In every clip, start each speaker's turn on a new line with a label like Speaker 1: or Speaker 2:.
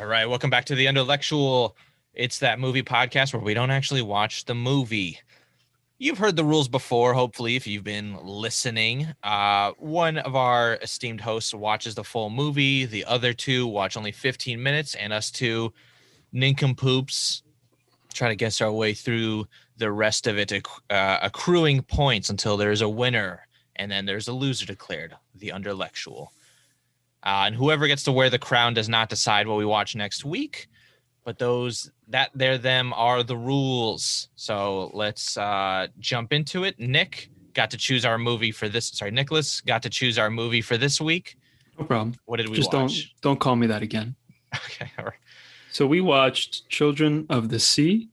Speaker 1: right, welcome back to the intellectual. It's that movie podcast where we don't actually watch the movie. You've heard the rules before, hopefully, if you've been listening. Uh, one of our esteemed hosts watches the full movie, the other two watch only 15 minutes, and us two nincompoops try to guess our way through the rest of it, acc- uh, accruing points until there's a winner and then there's a loser declared, the underlectual. Uh, and whoever gets to wear the crown does not decide what we watch next week. But those that there them are the rules. So let's uh, jump into it. Nick got to choose our movie for this. Sorry, Nicholas got to choose our movie for this week.
Speaker 2: No problem.
Speaker 1: What did we
Speaker 2: Just
Speaker 1: watch?
Speaker 2: don't don't call me that again.
Speaker 1: Okay, all right.
Speaker 2: So we watched Children of the Sea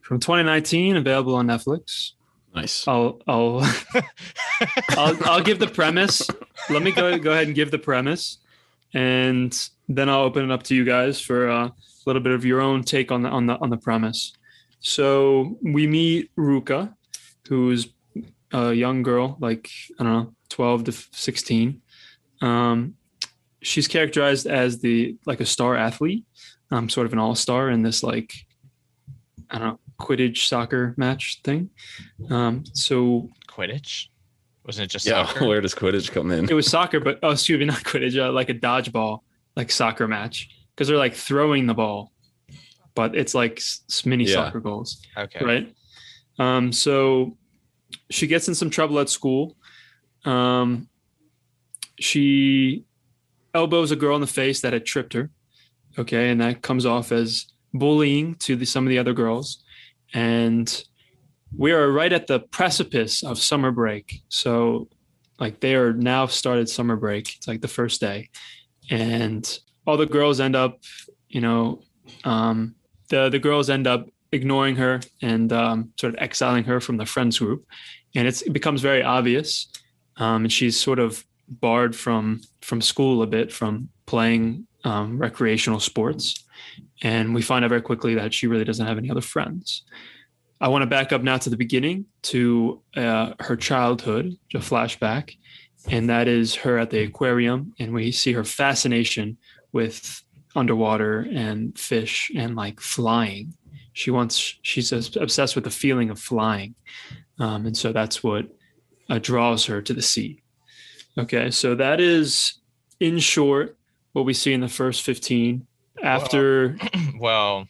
Speaker 2: from 2019, available on Netflix.
Speaker 3: Nice.
Speaker 2: I'll I'll I'll, I'll give the premise. Let me go go ahead and give the premise, and then I'll open it up to you guys for uh, a little bit of your own take on the on the on the premise. So we meet Ruka, who's a young girl, like I don't know, twelve to sixteen. Um, she's characterized as the like a star athlete, um, sort of an all star in this like I don't know Quidditch soccer match thing. Um, so
Speaker 1: Quidditch. Wasn't it just
Speaker 3: yeah,
Speaker 1: soccer?
Speaker 3: where does Quidditch come in?
Speaker 2: it was soccer, but oh, excuse me, not Quidditch, uh, like a dodgeball, like soccer match, because they're like throwing the ball, but it's like s- s- mini
Speaker 3: Yeah.
Speaker 2: soccer goals,
Speaker 1: Okay.
Speaker 2: right? Um, so she gets in some trouble at school. Um, she elbows a girl in the face that had tripped her, okay, and that comes off as bullying to the, some of the other girls, and we are right at the precipice of summer break. So like they are now started summer break. It's like the first day. And all the girls end up, you know, um, the, the girls end up ignoring her and um, sort of exiling her from the friends group. And it's, it becomes very obvious. Um, and she's sort of barred from, from school a bit from playing um, recreational sports. And we find out very quickly that she really doesn't have any other friends. I want to back up now to the beginning to uh, her childhood, a flashback, and that is her at the aquarium, and we see her fascination with underwater and fish and like flying. She wants, she's obs- obsessed with the feeling of flying, um, and so that's what uh, draws her to the sea. Okay, so that is, in short, what we see in the first fifteen. After,
Speaker 1: well,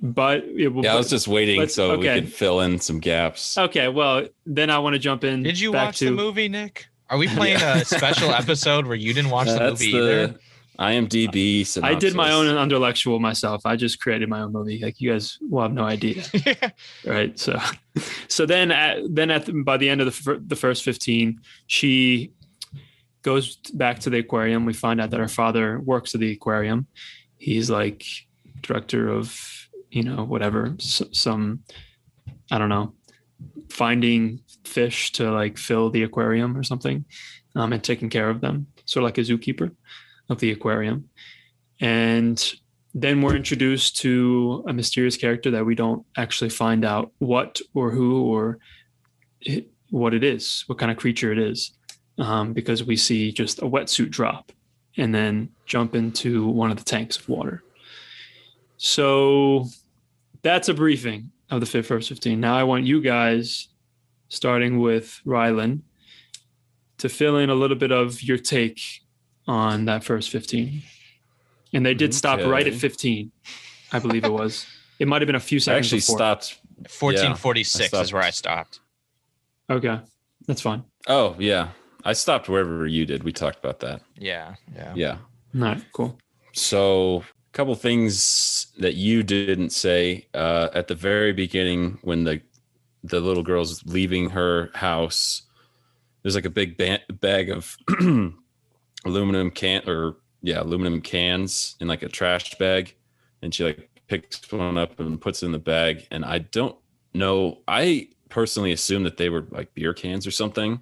Speaker 2: but it will.
Speaker 3: Yeah, I was just waiting
Speaker 2: Let's-
Speaker 3: so
Speaker 2: okay.
Speaker 3: we could fill in some gaps.
Speaker 2: Okay, well, then I want to jump in.
Speaker 1: did you
Speaker 2: back
Speaker 1: watch
Speaker 2: to,
Speaker 1: the movie, Nick? Are we playing
Speaker 3: Yeah.
Speaker 1: a special episode where you didn't watch the
Speaker 3: That's
Speaker 1: movie
Speaker 3: the
Speaker 1: either?
Speaker 3: IMDb
Speaker 2: I did my own
Speaker 3: synopsis.
Speaker 2: intellectual myself. I just created my own movie. Like you guys will have no idea,
Speaker 1: yeah.
Speaker 2: right? So, so then, at, then at the, by the end of the, fir- the first fifteen, she goes back to the aquarium. We find out that her father works at the aquarium. He's like director of you know whatever s- some I don't know finding fish to like fill the aquarium or something um, and taking care of them, sort of like a zookeeper of the aquarium. And then we're introduced to a mysterious character that we don't actually find out what or who or it, what it is, what kind of creature it is, um, because we see just a wetsuit drop and then jump into one of the tanks of water. So that's a briefing of the fif- first 15. Now I want you guys, starting with Rylan, to fill in a little bit of your take on that first 15. And they did stop right at
Speaker 3: Okay.
Speaker 2: 15, I believe it was. it might have been a few
Speaker 3: I
Speaker 2: seconds.
Speaker 3: actually
Speaker 2: before.
Speaker 3: stopped.
Speaker 1: 1446
Speaker 3: I
Speaker 1: is where I stopped.
Speaker 2: Okay, that's fine.
Speaker 3: Oh yeah, I stopped wherever you did. We talked about that.
Speaker 1: Yeah. Yeah.
Speaker 3: Yeah.
Speaker 2: All right, cool.
Speaker 3: So, a couple things that you didn't say uh, at the very beginning when the the little girl's leaving her house. There's like a big ba- bag of aluminum can or yeah, aluminum cans in like a trash bag, and she like picks one up and puts it in the bag. And I don't know. I personally assume that they were like beer cans or something.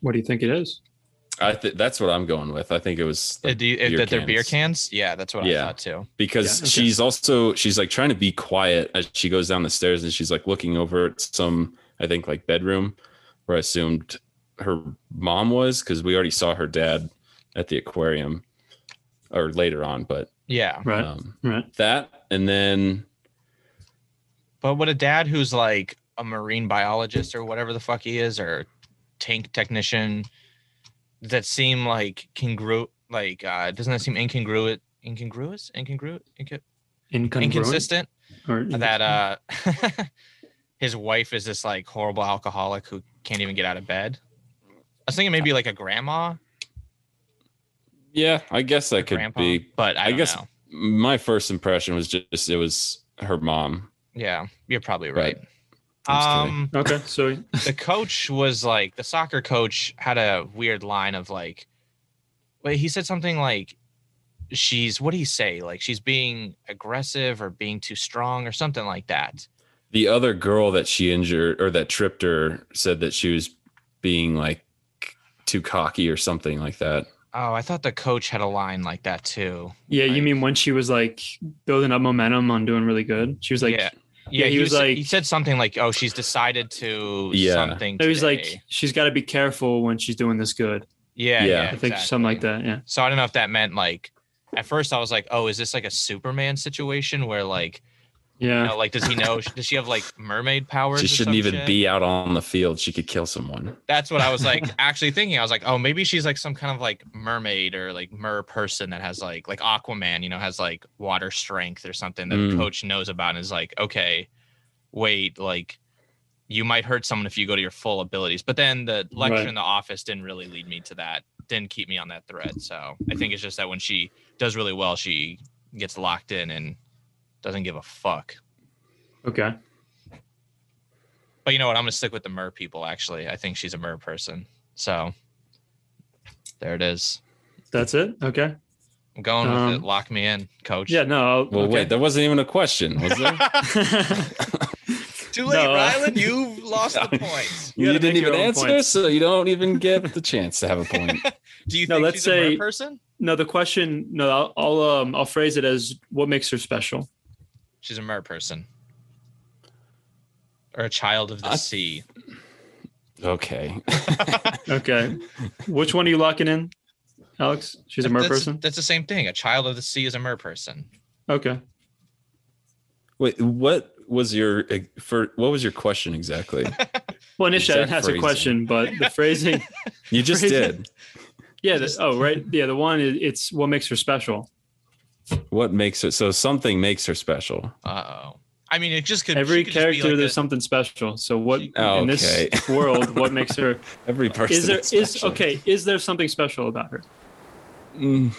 Speaker 2: What do you think it is?
Speaker 3: I th- that's what I'm going with. I think it was
Speaker 1: Uh,
Speaker 3: like,
Speaker 1: do you- uh,
Speaker 3: beer
Speaker 1: that they're beer
Speaker 3: cans.
Speaker 1: cans? Yeah, that's what I
Speaker 3: Yeah.
Speaker 1: thought too.
Speaker 3: because
Speaker 2: Yeah, okay.
Speaker 3: she's also she's like trying to be quiet as she goes down the stairs and she's like looking over at some i think like bedroom where i assumed her mom was because we already saw her dad at the aquarium or later on, but
Speaker 1: Yeah.
Speaker 2: Right.
Speaker 3: um,
Speaker 2: right.
Speaker 3: that and then
Speaker 1: But would a dad who's like a marine biologist or whatever the fuck he is, or tank technician, does that seem like congruent? Like, uh, doesn't that seem incongruent? Incongruous? Incongruent? Inco-
Speaker 2: Incongruent
Speaker 1: inconsistent?
Speaker 2: or
Speaker 1: That uh, his wife is this like horrible alcoholic who can't even get out of bed. I was thinking maybe like a grandma,
Speaker 3: yeah, I guess that could
Speaker 1: grandpa,
Speaker 3: be.
Speaker 1: but I,
Speaker 3: I
Speaker 1: don't
Speaker 3: guess-
Speaker 1: know.
Speaker 3: My first impression was just it was her mom.
Speaker 1: Yeah, you're probably
Speaker 3: Right.
Speaker 1: right.
Speaker 3: I'm just kidding.
Speaker 1: Um,
Speaker 2: okay. So
Speaker 1: the coach was like the soccer coach had a weird line of like wait he said something like she's what do he say like she's being aggressive or being too strong or something like that
Speaker 3: the other girl that she injured or that tripped her said that she was being like too cocky or something like that.
Speaker 1: oh i thought the coach had a line like that too
Speaker 2: yeah, you
Speaker 1: Like-
Speaker 2: mean when she was like building up momentum on doing really good? She was like
Speaker 1: yeah
Speaker 2: yeah, he was
Speaker 1: sa-
Speaker 2: like-
Speaker 1: he said something like oh she's decided to
Speaker 3: Yeah.
Speaker 1: something
Speaker 2: It was
Speaker 1: today."
Speaker 2: like she's got to be careful when she's doing this good.
Speaker 1: yeah yeah,
Speaker 3: Yeah.
Speaker 2: I think something like
Speaker 1: exactly.
Speaker 2: that. Yeah.
Speaker 1: so i don't know if that meant like at first i was like oh is this like a superman situation where like you
Speaker 2: Yeah.
Speaker 1: know, like does he know does she have like mermaid powers
Speaker 3: She
Speaker 1: or
Speaker 3: shouldn't
Speaker 1: some
Speaker 3: even
Speaker 1: shit?
Speaker 3: be out on the field. She could kill someone.
Speaker 1: that's what I was like actually thinking. I was like, oh, maybe she's like some kind of like mermaid or like mer person that has like like Aquaman, you know, has like water strength or something that the
Speaker 3: Mm.
Speaker 1: coach knows about and is like, okay, wait, like you might hurt someone if you go to your full abilities. But then the lecture
Speaker 2: Right.
Speaker 1: in the office didn't really lead me to that, didn't keep me on that thread. So I think it's just that when she does really well, she gets locked in and doesn't give a fuck.
Speaker 2: Okay.
Speaker 1: But you know what? I'm gonna stick with the mer people. Actually, I think she's a mer person. So there it is.
Speaker 2: That's it. Okay.
Speaker 1: I'm going with it.
Speaker 2: Um,
Speaker 1: Lock me in, coach.
Speaker 2: Yeah. No. I'll,
Speaker 3: Well,
Speaker 2: okay.
Speaker 3: wait, that wasn't even a question, was there?
Speaker 1: Too
Speaker 2: late, No, uh, Rylan.
Speaker 1: You've lost
Speaker 3: the
Speaker 1: points.
Speaker 2: You
Speaker 3: you,
Speaker 2: gotta
Speaker 3: didn't
Speaker 2: make your
Speaker 3: even
Speaker 2: own
Speaker 3: answer,
Speaker 2: points.
Speaker 3: so you don't even get the chance to have a point.
Speaker 1: Do you
Speaker 2: No,
Speaker 1: think
Speaker 2: let's
Speaker 1: she's a
Speaker 2: say-
Speaker 1: mer person?
Speaker 2: no. The question. No. I'll. I'll, um, I'll phrase it as what makes her special.
Speaker 1: She's a mer person, or a child of the
Speaker 3: I-
Speaker 1: sea.
Speaker 3: okay.
Speaker 2: Okay. Which one are you locking in, Alex? She's a mer
Speaker 1: That's-
Speaker 2: person.
Speaker 1: That's the same thing. A child of the sea is a mer person.
Speaker 2: Okay.
Speaker 3: Wait, what was your for what was your question exactly?
Speaker 2: Well, initially I
Speaker 3: Exact
Speaker 2: didn't ask a
Speaker 3: phrasing.
Speaker 2: question, but the phrasing.
Speaker 3: You just did.
Speaker 2: Yeah. The, oh, right. Yeah. The one. Is, it's what makes her special.
Speaker 3: What makes her so something makes her special?
Speaker 1: Uh oh. I mean, it just could.
Speaker 2: Every
Speaker 1: she could just be
Speaker 2: character,
Speaker 1: like
Speaker 2: there's
Speaker 1: a-
Speaker 2: something special. So what
Speaker 3: Oh,
Speaker 2: in this
Speaker 3: okay.
Speaker 2: world, what makes her?
Speaker 3: Every person
Speaker 2: Is there
Speaker 3: is
Speaker 2: is
Speaker 3: special.
Speaker 2: okay? Is there something special about her?
Speaker 3: Mm.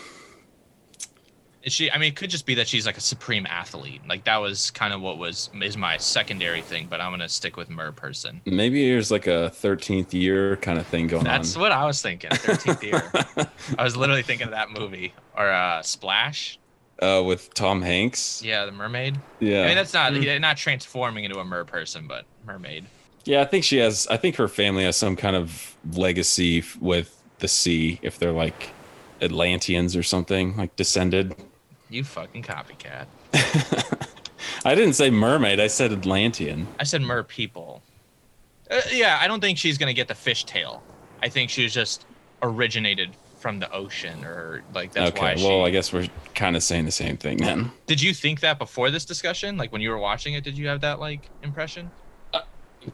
Speaker 1: Is she i mean it could just be that she's like a supreme athlete like that was kind of what was is my secondary thing but i'm gonna stick with mer person
Speaker 3: Maybe there's like a 13th year kind of thing going
Speaker 1: that's
Speaker 3: on.
Speaker 1: what i was thinking 13th year i was literally thinking of that movie or uh splash
Speaker 3: Uh, with Tom Hanks.
Speaker 1: yeah the mermaid
Speaker 3: Yeah.
Speaker 1: i mean that's not
Speaker 2: Mm.
Speaker 1: they're not transforming into a mer person but mermaid
Speaker 3: yeah, I think she has, I think her family has some kind of legacy f- with the sea, if they're like Atlanteans or something, like descended.
Speaker 1: you fucking copycat
Speaker 3: I didn't say mermaid, I said Atlantean.
Speaker 1: i said mer people uh, yeah i don't think she's gonna get the fishtail i think she was just originated from the ocean or like that's why
Speaker 3: okay,
Speaker 1: she
Speaker 3: well, I guess we're kind of saying the same thing then.
Speaker 1: Did you think that before this discussion? Like when you were watching it, did you have that like impression?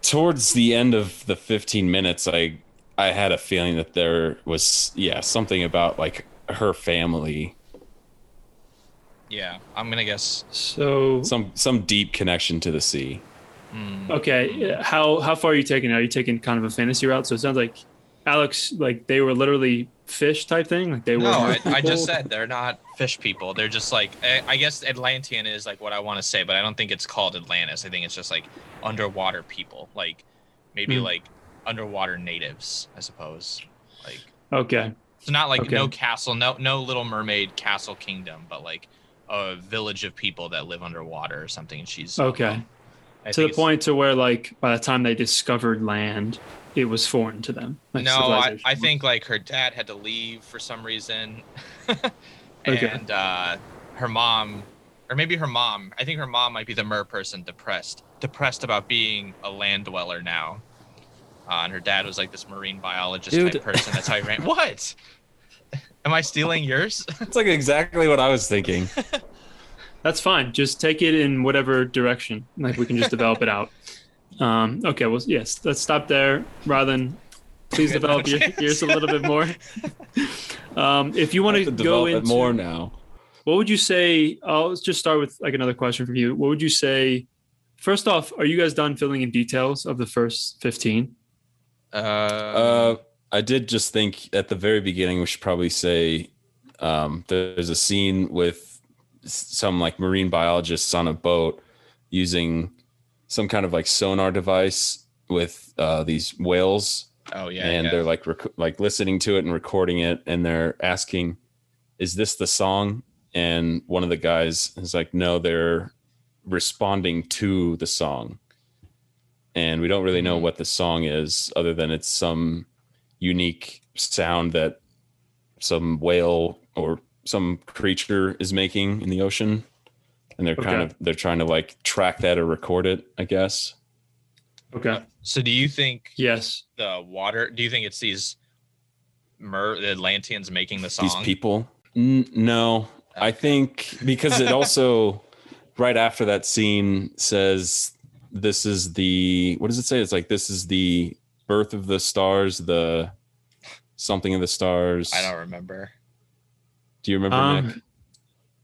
Speaker 3: Towards the end of the 15 minutes, I I had a feeling that there was, yeah, something about like her family,
Speaker 1: Yeah, I'm gonna guess.
Speaker 2: So
Speaker 3: some some deep connection to the sea.
Speaker 1: mm,
Speaker 2: okay, how how far are you taking? it? Are you taking kind of a fantasy route? So it sounds like Alex, like they were literally fish type thing. Like they were.
Speaker 1: no, I,
Speaker 2: merpeople?
Speaker 1: I just said they're not fish people. They're just like I, I guess Atlantean is like what I want to say, but I don't think it's called Atlantis. I think it's just like underwater people, like maybe
Speaker 2: Hmm.
Speaker 1: like underwater natives, I suppose. Like
Speaker 2: Okay,
Speaker 1: so not like
Speaker 2: Okay.
Speaker 1: no castle, no no Little Mermaid castle kingdom, but like a village of people that live underwater or something. And she's
Speaker 2: okay.
Speaker 1: I
Speaker 2: Oh, to
Speaker 1: think
Speaker 2: the
Speaker 1: it's-
Speaker 2: point to where like by the time they discovered land, it was foreign to them. Like
Speaker 1: no, I,
Speaker 2: civilization
Speaker 1: I
Speaker 2: was.
Speaker 1: think like her dad had to leave for some reason,
Speaker 2: Okay.
Speaker 1: and uh, her mom, or maybe her mom. I think her mom might be the mer person, depressed, depressed about being a land dweller now. Uh, and her dad was like this marine biologist
Speaker 3: Dude.
Speaker 1: type person. That's how he ran. What? Am I stealing yours?
Speaker 3: It's like exactly what I was thinking.
Speaker 2: That's fine. Just take it in whatever direction. Like we can just develop it out. Um, okay. Well, yes. Let's stop there, Rylan. Please
Speaker 1: Good
Speaker 2: develop your,
Speaker 1: luck.
Speaker 2: yours a little bit more. Um, if you want
Speaker 3: I have
Speaker 2: to
Speaker 3: to
Speaker 2: go
Speaker 3: develop it
Speaker 2: into
Speaker 3: more now.
Speaker 2: what would you say? I'll just start with like another question from you. What would you say? First off, are you guys done filling in details of the first fifteen?
Speaker 1: Uh,
Speaker 3: Uh, I did just think at the very beginning we should probably say um, there's a scene with s- some like marine biologists on a boat using some kind of like sonar device with uh, these whales,
Speaker 1: oh yeah.
Speaker 3: and
Speaker 1: yeah.
Speaker 3: they're like rec- like listening to it and recording it, and they're asking, "Is this the song?" And one of the guys is like, "No, they're responding to the song." And we don't really
Speaker 1: Mm-hmm.
Speaker 3: know what the song is, other than it's some unique sound that some whale or some creature is making in the ocean and they're kind
Speaker 2: Okay.
Speaker 3: of they're trying to like track that or record it i guess
Speaker 2: Okay.
Speaker 1: So do you think
Speaker 2: Yes.
Speaker 1: the water? Do you think it's these mer the Atlanteans making the song?
Speaker 3: these people N- no i think because it also right after that scene says this is the what does it say it's like this is the birth of the stars the something of the stars
Speaker 1: I don't remember.
Speaker 3: do you remember Nick?
Speaker 2: Um,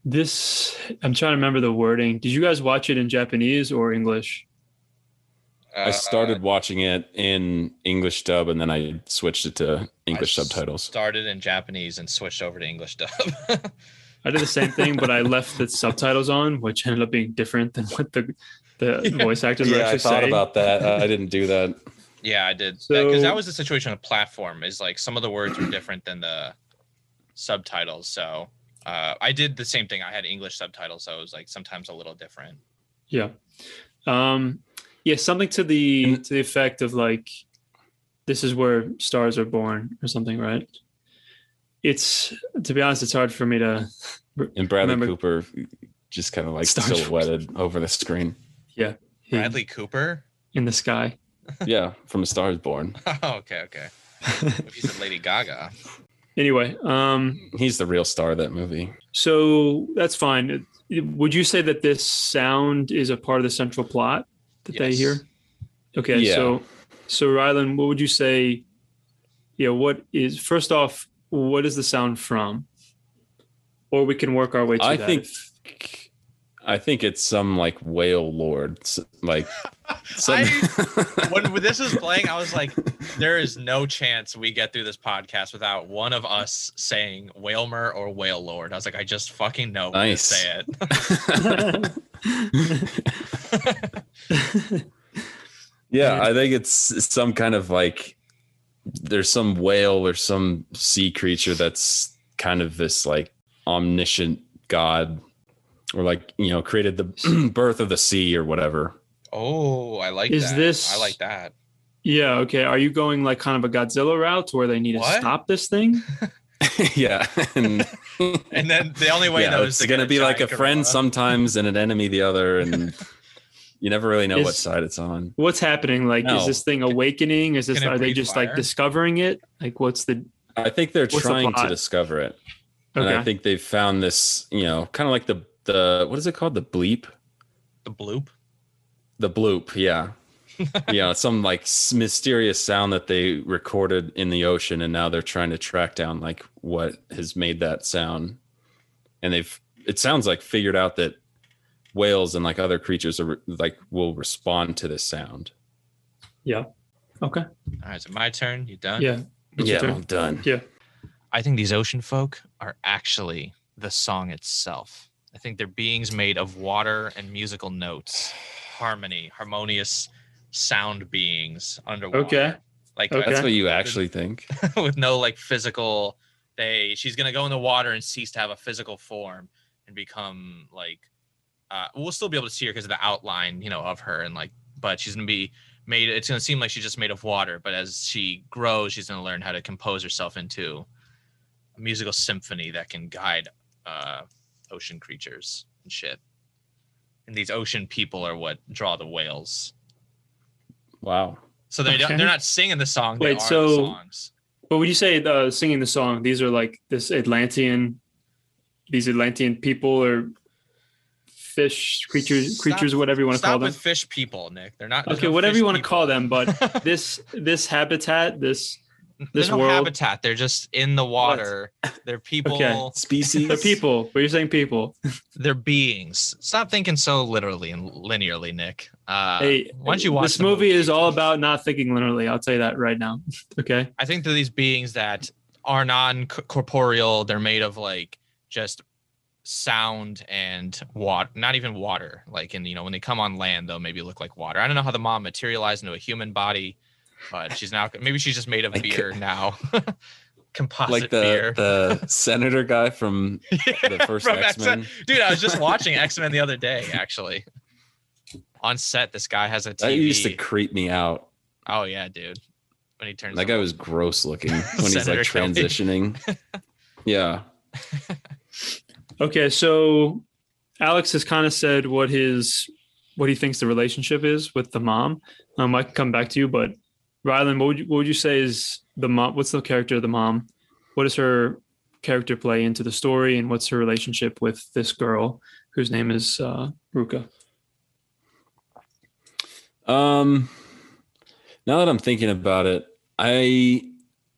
Speaker 2: this I'm trying to remember the wording. Did you guys watch it in Japanese or English?
Speaker 1: Uh,
Speaker 3: i started watching it in english dub and then i switched it to english
Speaker 1: I
Speaker 3: subtitles
Speaker 1: Started in Japanese and switched over to English dub.
Speaker 2: I did the same thing, but I left the subtitles on, which ended up being different than what the the
Speaker 1: Yeah.
Speaker 2: voice actors were
Speaker 3: yeah, I
Speaker 2: actually
Speaker 3: thought
Speaker 2: saying.
Speaker 3: about that. Uh, I didn't do that.
Speaker 1: yeah, I did. Because that
Speaker 2: So-
Speaker 1: was the situation of platform. Is like some of the words were different than the subtitles. So uh, I did the same thing. I had English subtitles, so it was like sometimes a little different.
Speaker 2: yeah. Um, yeah, something to the
Speaker 3: And-
Speaker 2: to the effect of like, this is where stars are born or something, right? It's to be honest, it's hard for me to
Speaker 3: And Bradley
Speaker 2: Remember-
Speaker 3: Cooper just kind of like
Speaker 2: Star Wars.
Speaker 3: silhouetted over the screen.
Speaker 1: Bradley Cooper.
Speaker 2: in the sky.
Speaker 3: Yeah, from A Star Is Born.
Speaker 1: Oh, okay, okay. If you said Lady Gaga,
Speaker 2: Anyway, um,
Speaker 3: He's the real star of that movie.
Speaker 2: So that's fine. It- Would you say that this sound is a part of the central plot that they
Speaker 1: Yes.
Speaker 2: hear? Okay,
Speaker 3: Yeah.
Speaker 2: so so Rylan, what would you say? Yeah, what is first off? What is the sound from? Or we can work our way to
Speaker 3: I
Speaker 2: that.
Speaker 3: think I think it's some like whale lord. s- Like some,
Speaker 1: when this was playing, I was like, there is no chance we get through this podcast without one of us saying Whalmer or Whale Lord. I was like, I just fucking know when to
Speaker 3: Nice.
Speaker 1: say it.
Speaker 3: Yeah, I think it's it's some kind of like there's some whale or some sea creature that's kind of this like omniscient god or like, you know, created the birth of the sea or whatever.
Speaker 1: Oh, I like
Speaker 2: Is
Speaker 1: that.
Speaker 2: this-
Speaker 1: I like that.
Speaker 2: yeah. Okay. Are you going like kind of a Godzilla route where they need
Speaker 1: What?
Speaker 2: to stop this thing?
Speaker 3: yeah. And,
Speaker 1: And then the only way
Speaker 3: yeah,
Speaker 1: though is
Speaker 3: it's
Speaker 1: to
Speaker 3: going to
Speaker 1: get
Speaker 3: be like a
Speaker 1: giant
Speaker 3: friend
Speaker 1: gorilla.
Speaker 3: sometimes and an enemy the other and you never really know what
Speaker 2: Is-
Speaker 3: side it's on.
Speaker 2: What's happening? Like,
Speaker 3: No.
Speaker 2: is this thing awakening? Is this
Speaker 1: Can it
Speaker 2: are they
Speaker 1: breathe
Speaker 2: just
Speaker 1: fire?
Speaker 2: like discovering it? Like, what's the
Speaker 3: I think they're
Speaker 2: What's the
Speaker 3: trying to
Speaker 2: plot?
Speaker 3: discover it. And I
Speaker 2: okay?
Speaker 3: think they've found this, you know, kind of like the the what is it called? The bleep?
Speaker 1: the bloop.
Speaker 3: The bloop, yeah. yeah, some like s- mysterious sound that they recorded in the ocean, and now they're trying to track down like what has made that sound. And they've, it sounds like, figured out that whales and like other creatures are like will respond to this sound.
Speaker 2: okay.
Speaker 1: All right, so my turn. You done?
Speaker 2: Yeah. It's your turn.
Speaker 3: done.
Speaker 1: I think these ocean folk are actually the song itself. I think they're beings made of water and musical notes, harmony, harmonious sound beings underwater.
Speaker 2: Okay.
Speaker 1: Like
Speaker 2: Okay.
Speaker 3: That's what you actually think.
Speaker 1: with no like physical they she's gonna go in the water and cease to have a physical form and become like uh we'll still be able to see her because of the outline you know of her and like but she's gonna be made it's gonna seem like she's just made of water but as she grows she's gonna learn how to compose herself into a musical symphony that can guide uh ocean creatures and shit and these ocean people are what draw the whales
Speaker 3: Wow.
Speaker 1: so they don't,
Speaker 2: Okay.
Speaker 1: they're not singing the song they
Speaker 2: Wait,
Speaker 1: are the
Speaker 2: so-
Speaker 1: songs
Speaker 2: But when you say uh, singing the song, these are like this Atlantean, these Atlantean people or fish creatures,
Speaker 1: Stop-
Speaker 2: creatures, whatever you want to
Speaker 1: Stop
Speaker 2: call
Speaker 1: with
Speaker 2: them.
Speaker 1: fish people, Nick. They're not there's
Speaker 2: Okay,
Speaker 1: no
Speaker 2: whatever
Speaker 1: fish
Speaker 2: you want to
Speaker 1: people.
Speaker 2: call them, but this this habitat, this
Speaker 1: There's
Speaker 2: this
Speaker 1: no
Speaker 2: world,
Speaker 1: habitat. They're just in the water. They're people.
Speaker 3: Species.
Speaker 2: they're people. But you're saying people.
Speaker 1: They're beings. Stop thinking so literally and linearly, Nick. Uh,
Speaker 2: hey,
Speaker 1: why don't you watch
Speaker 2: this
Speaker 1: the
Speaker 2: movie? Is all about not thinking linearly. I'll tell you that right now. Okay,
Speaker 1: I think they're these beings that are non-corporeal. They're made of like just sound and water. Not even water. Like, and you know, when they come on land, they'll maybe look like water. I don't know how the mom materialized into a human body, but she's now maybe she's just made of
Speaker 3: Like-
Speaker 1: beer now. Composite
Speaker 3: Like
Speaker 1: beer.
Speaker 3: the, the senator guy from the first
Speaker 1: From
Speaker 3: X Men.
Speaker 1: Dude, I was just watching X Men the other day, actually. On set, this guy has a TV.
Speaker 3: That used to creep me out.
Speaker 1: Oh yeah, dude. When he turns
Speaker 3: That
Speaker 1: like
Speaker 3: guy was gross looking when he's
Speaker 1: Senator
Speaker 3: like
Speaker 1: Kelly.
Speaker 3: transitioning. yeah.
Speaker 2: okay. So Alex has kind of said what his what he thinks the relationship is with the mom. Um, I can come back to you, but Rylan, what would you, what would you say is the mom? What's the character of the mom? What does her character play into the story, and what's her relationship with this girl whose name is uh, Ruka?
Speaker 3: Um, now that I'm thinking about it, I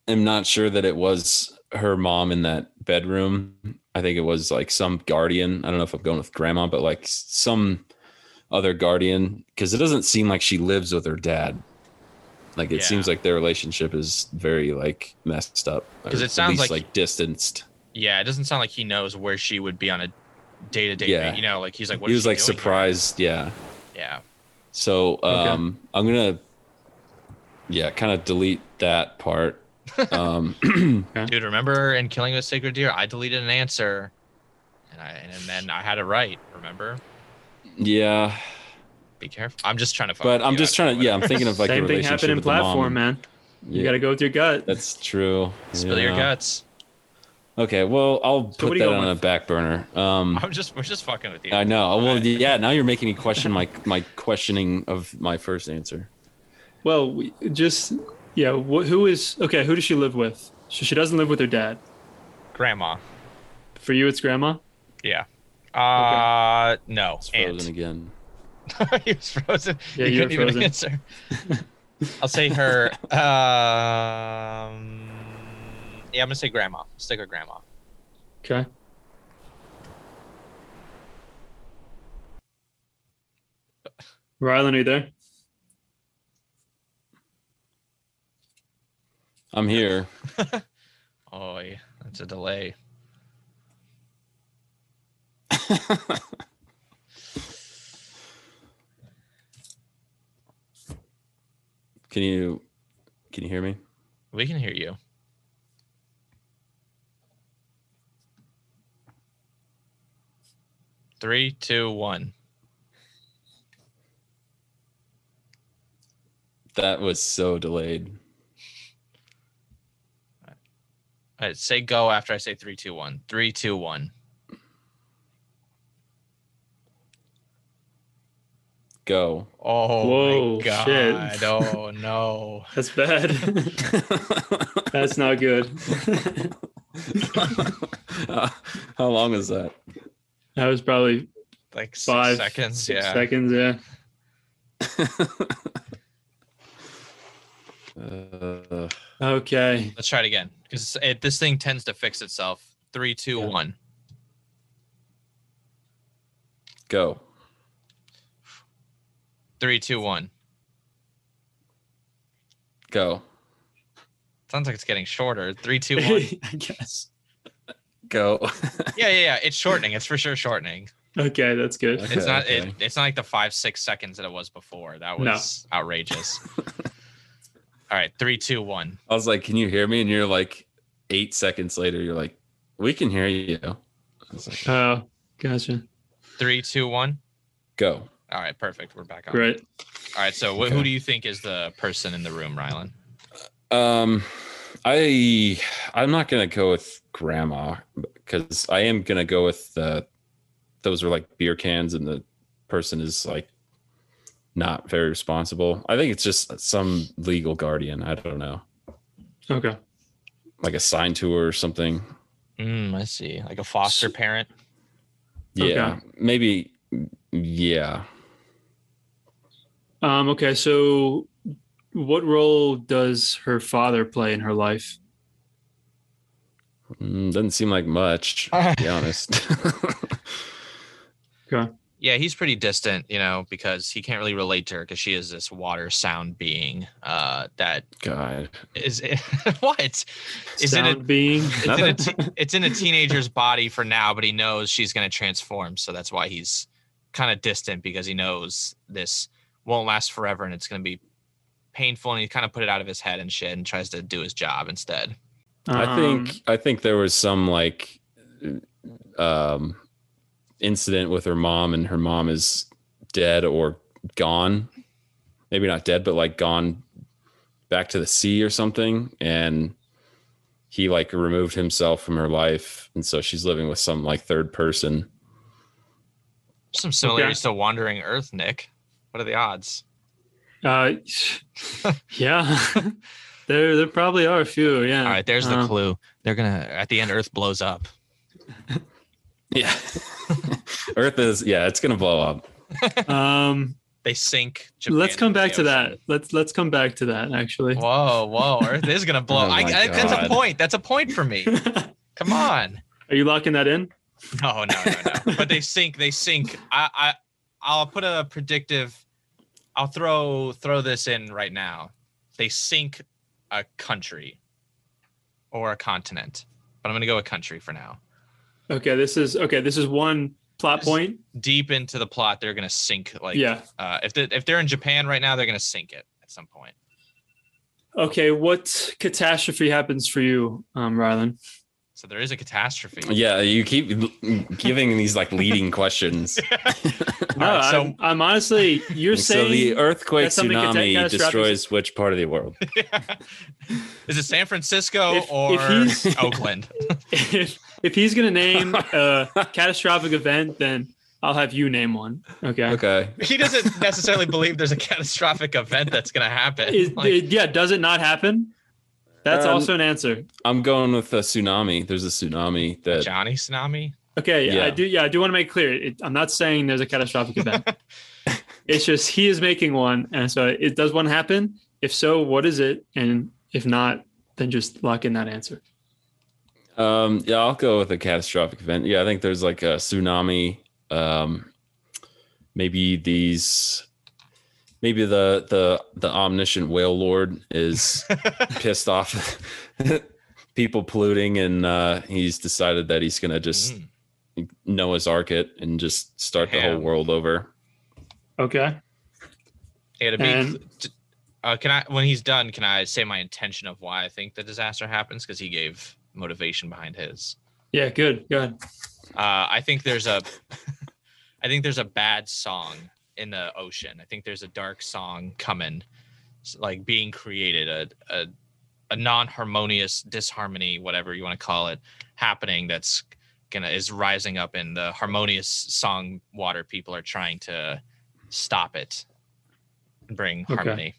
Speaker 3: am not sure that it was her mom in that bedroom. I think it was like some guardian. I don't know if I'm going with grandma, but like some other guardian because it doesn't seem like she lives with her dad. Like it
Speaker 1: Yeah.
Speaker 3: seems like their relationship is very like messed up. or
Speaker 1: 'Cause it
Speaker 3: at
Speaker 1: sounds
Speaker 3: least,
Speaker 1: like-
Speaker 3: like distanced.
Speaker 1: Yeah, it doesn't sound like he knows where she would be on a day to day.
Speaker 3: Yeah.
Speaker 1: You know, like he's like, what
Speaker 3: he
Speaker 1: is
Speaker 3: was
Speaker 1: she
Speaker 3: like
Speaker 1: doing here?
Speaker 3: surprised. Yeah.
Speaker 1: Yeah.
Speaker 3: So um, I'm gonna, yeah, kind of delete that part. Um,
Speaker 1: Dude, remember in Killing of a Sacred Deer, I deleted an answer, and I and then I had it right. Remember?
Speaker 3: yeah,
Speaker 1: Be careful. I'm just trying to. fuck
Speaker 3: but
Speaker 1: with
Speaker 3: I'm
Speaker 1: you,
Speaker 3: just
Speaker 1: I
Speaker 3: trying
Speaker 1: don't know
Speaker 3: to. Yeah, I'm
Speaker 1: whether-
Speaker 3: thinking of like
Speaker 2: Same
Speaker 3: the
Speaker 2: thing
Speaker 3: relationship
Speaker 2: happened in
Speaker 3: with the mom.
Speaker 2: platform, man. You
Speaker 3: Yeah,
Speaker 2: got to go with your gut.
Speaker 3: that's true.
Speaker 1: Spill your
Speaker 3: Yeah.
Speaker 1: guts.
Speaker 3: Okay, well I'll
Speaker 2: what
Speaker 3: put
Speaker 2: are you
Speaker 3: that
Speaker 2: going
Speaker 3: on a
Speaker 2: with?
Speaker 3: back burner. Um,
Speaker 1: I'm just we're just fucking with you.
Speaker 3: I know. Oh, Well,
Speaker 1: Alright.
Speaker 3: yeah. Now you're making me question my my questioning of my first answer.
Speaker 2: Well, we just yeah. Wh- who is okay? Who does she live with? So she doesn't live with her dad.
Speaker 1: Grandma.
Speaker 2: For you, it's grandma.
Speaker 1: Yeah. Uh no.
Speaker 3: It's frozen
Speaker 1: Aunt.
Speaker 3: again.
Speaker 1: he was frozen.
Speaker 2: Yeah,
Speaker 1: you
Speaker 2: you were
Speaker 1: couldn't even
Speaker 2: frozen.
Speaker 1: answer. I'll say her. Um, yeah, I'm gonna say grandma. Stick with grandma.
Speaker 2: Okay. Rylan, are you there?
Speaker 3: I'm here.
Speaker 1: Oh, yeah, that's a delay.
Speaker 3: Can you can you hear me?
Speaker 1: We can hear you. Three, two, one.
Speaker 3: That was so delayed.
Speaker 1: All right, Uh, say go after I say three, two, one. Three, two, one.
Speaker 3: Go.
Speaker 1: Oh
Speaker 2: Whoa,
Speaker 1: my god!
Speaker 2: shit.
Speaker 1: Oh no!
Speaker 2: That's bad. That's not good.
Speaker 3: How long is that?
Speaker 2: That was probably
Speaker 1: Like six
Speaker 2: five
Speaker 1: seconds.
Speaker 2: six
Speaker 1: yeah.
Speaker 2: Seconds. Yeah.
Speaker 3: Uh,
Speaker 2: Okay.
Speaker 1: Let's try it again because it, this thing tends to fix itself. Three, two, one.
Speaker 3: Yeah. go.
Speaker 1: Three, two, one.
Speaker 3: Go.
Speaker 1: Sounds like it's getting shorter. Three, two, one.
Speaker 2: I guess.
Speaker 3: Go.
Speaker 1: yeah, yeah, yeah. It's shortening. It's for sure shortening.
Speaker 2: Okay, that's good.
Speaker 1: it's
Speaker 3: Okay,
Speaker 1: not. It,
Speaker 3: okay.
Speaker 1: it's not like the five, six seconds that it was before. That
Speaker 2: No.
Speaker 1: was outrageous. All right, three, two, one.
Speaker 3: I was like, "Can you hear me?" And you're like, eight seconds later, you're like, "We can hear you." I was like,
Speaker 2: Oh, gotcha.
Speaker 1: Three, two, one.
Speaker 3: go.
Speaker 1: All right, perfect. We're back on.
Speaker 2: Great.
Speaker 1: All right. So, wh- who
Speaker 3: Okay.
Speaker 1: do you think is the person in the room, Rylan?
Speaker 3: Um, I I'm not gonna go with grandma because I am gonna go with the those are like beer cans and the person is like not very responsible. I think it's just some legal guardian. I don't know.
Speaker 2: Okay.
Speaker 3: like assigned to her or something.
Speaker 1: Mm, I see. Like a foster
Speaker 3: S-
Speaker 1: parent.
Speaker 3: Yeah, maybe. Yeah,
Speaker 2: Um, okay, so what role does her father play in her life?
Speaker 3: Mm, doesn't seem like much. To be honest.
Speaker 1: Yeah, he's pretty distant, you know, because he can't really relate to her because she is this water sound being uh, that
Speaker 3: God,
Speaker 1: is what is in
Speaker 2: Sound
Speaker 1: a
Speaker 2: being
Speaker 1: it's in a, te- it's in a teenager's body for now, but he knows she's going to transform. So that's why he's kind of distant because he knows this won't last forever and it's going to be painful. And he kind of put it out of his head and shit and tries to do his job instead.
Speaker 3: I
Speaker 2: Um,
Speaker 3: think I think there was some like um incident with her mom and her mom is dead or gone. Maybe not dead, but like gone back to the sea or something and he like removed himself from her life and so she's living with some like third person.
Speaker 1: Some similarities to Wandering Earth, Nick. What are the odds?
Speaker 2: Uh, yeah, there there probably are a few. Yeah.
Speaker 1: All right, there's the
Speaker 3: um,
Speaker 2: Uh,
Speaker 1: clue. They're going to, at the end, Earth blows up.
Speaker 3: Yeah. Earth is yeah, it's going to blow up.
Speaker 2: Um,
Speaker 1: They sink.
Speaker 2: let's
Speaker 1: Japan into
Speaker 2: come
Speaker 1: the
Speaker 2: back to
Speaker 1: ocean.
Speaker 2: that. Let's let's come back to that actually.
Speaker 1: Whoa, whoa. Earth is going to blow.
Speaker 3: Oh
Speaker 1: I,
Speaker 3: my
Speaker 1: I, that's a
Speaker 3: God.
Speaker 1: point. That's a point for me.
Speaker 2: are
Speaker 1: Come on.
Speaker 2: you locking that in?
Speaker 1: No, no, no, no. but they sink. They sink. I, I, I'll put a predictive. I'll throw throw this in right now. They sink a country or a continent, but I'm gonna go a country for now.
Speaker 2: Okay, this is okay. This is one plot
Speaker 1: This-
Speaker 2: point.
Speaker 1: Deep into the plot, they're gonna sink. Like,
Speaker 2: yeah.
Speaker 1: uh, if they, if they're in Japan right now, they're gonna sink it at some point.
Speaker 2: Okay, what catastrophe happens for you, um, Rylan?
Speaker 1: So there is a catastrophe.
Speaker 3: Yeah, you keep giving these like leading questions.
Speaker 1: All right, so
Speaker 2: I'm, I'm honestly, you're
Speaker 3: so
Speaker 2: saying
Speaker 3: the earthquake
Speaker 2: that something cata-
Speaker 3: tsunami
Speaker 2: catastrophic-
Speaker 3: destroys which part of the world?
Speaker 1: is it San Francisco
Speaker 2: If- if
Speaker 1: or
Speaker 2: he's-
Speaker 1: Oakland?
Speaker 2: if, if he's gonna name a catastrophic event, then I'll have you name one. Okay.
Speaker 3: Okay.
Speaker 1: He doesn't necessarily believe there's a catastrophic event that's gonna happen.
Speaker 2: Is,
Speaker 1: Like-
Speaker 2: yeah, does it not happen? That's
Speaker 3: Um,
Speaker 2: also an answer.
Speaker 3: I'm going with a tsunami. There's a tsunami that
Speaker 1: Johnny Tsunami.
Speaker 2: Okay, yeah, I
Speaker 3: Yeah.
Speaker 2: do. Yeah, I do want to make clear. It, I'm not saying there's a catastrophic event. it's just he is making one, and so it does one happen. If so, what is it? And if not, then just lock in that answer.
Speaker 3: um yeah, I'll go with a catastrophic event. Yeah, I think there's like a tsunami. Um maybe these maybe the the the omniscient whale lord is pissed off people polluting and uh he's decided that he's gonna just
Speaker 1: Mm.
Speaker 3: Noah's Ark it and just start the whole
Speaker 1: Ham.
Speaker 3: world over.
Speaker 2: Okay.
Speaker 1: It'd be-
Speaker 2: And-
Speaker 1: t- uh, can I when he's done? Can I say my intention of why I think the disaster happens? Because he gave motivation behind his.
Speaker 2: Yeah. Good. Good.
Speaker 1: Uh, I think there's a, I think there's a bad song in the ocean. I think there's a dark song coming, s- like being created a a, a non harmonious disharmony, whatever you want to call it, happening. That's gonna is rising up, and the harmonious song water people are trying to stop it, and bring
Speaker 2: Okay.
Speaker 1: harmony.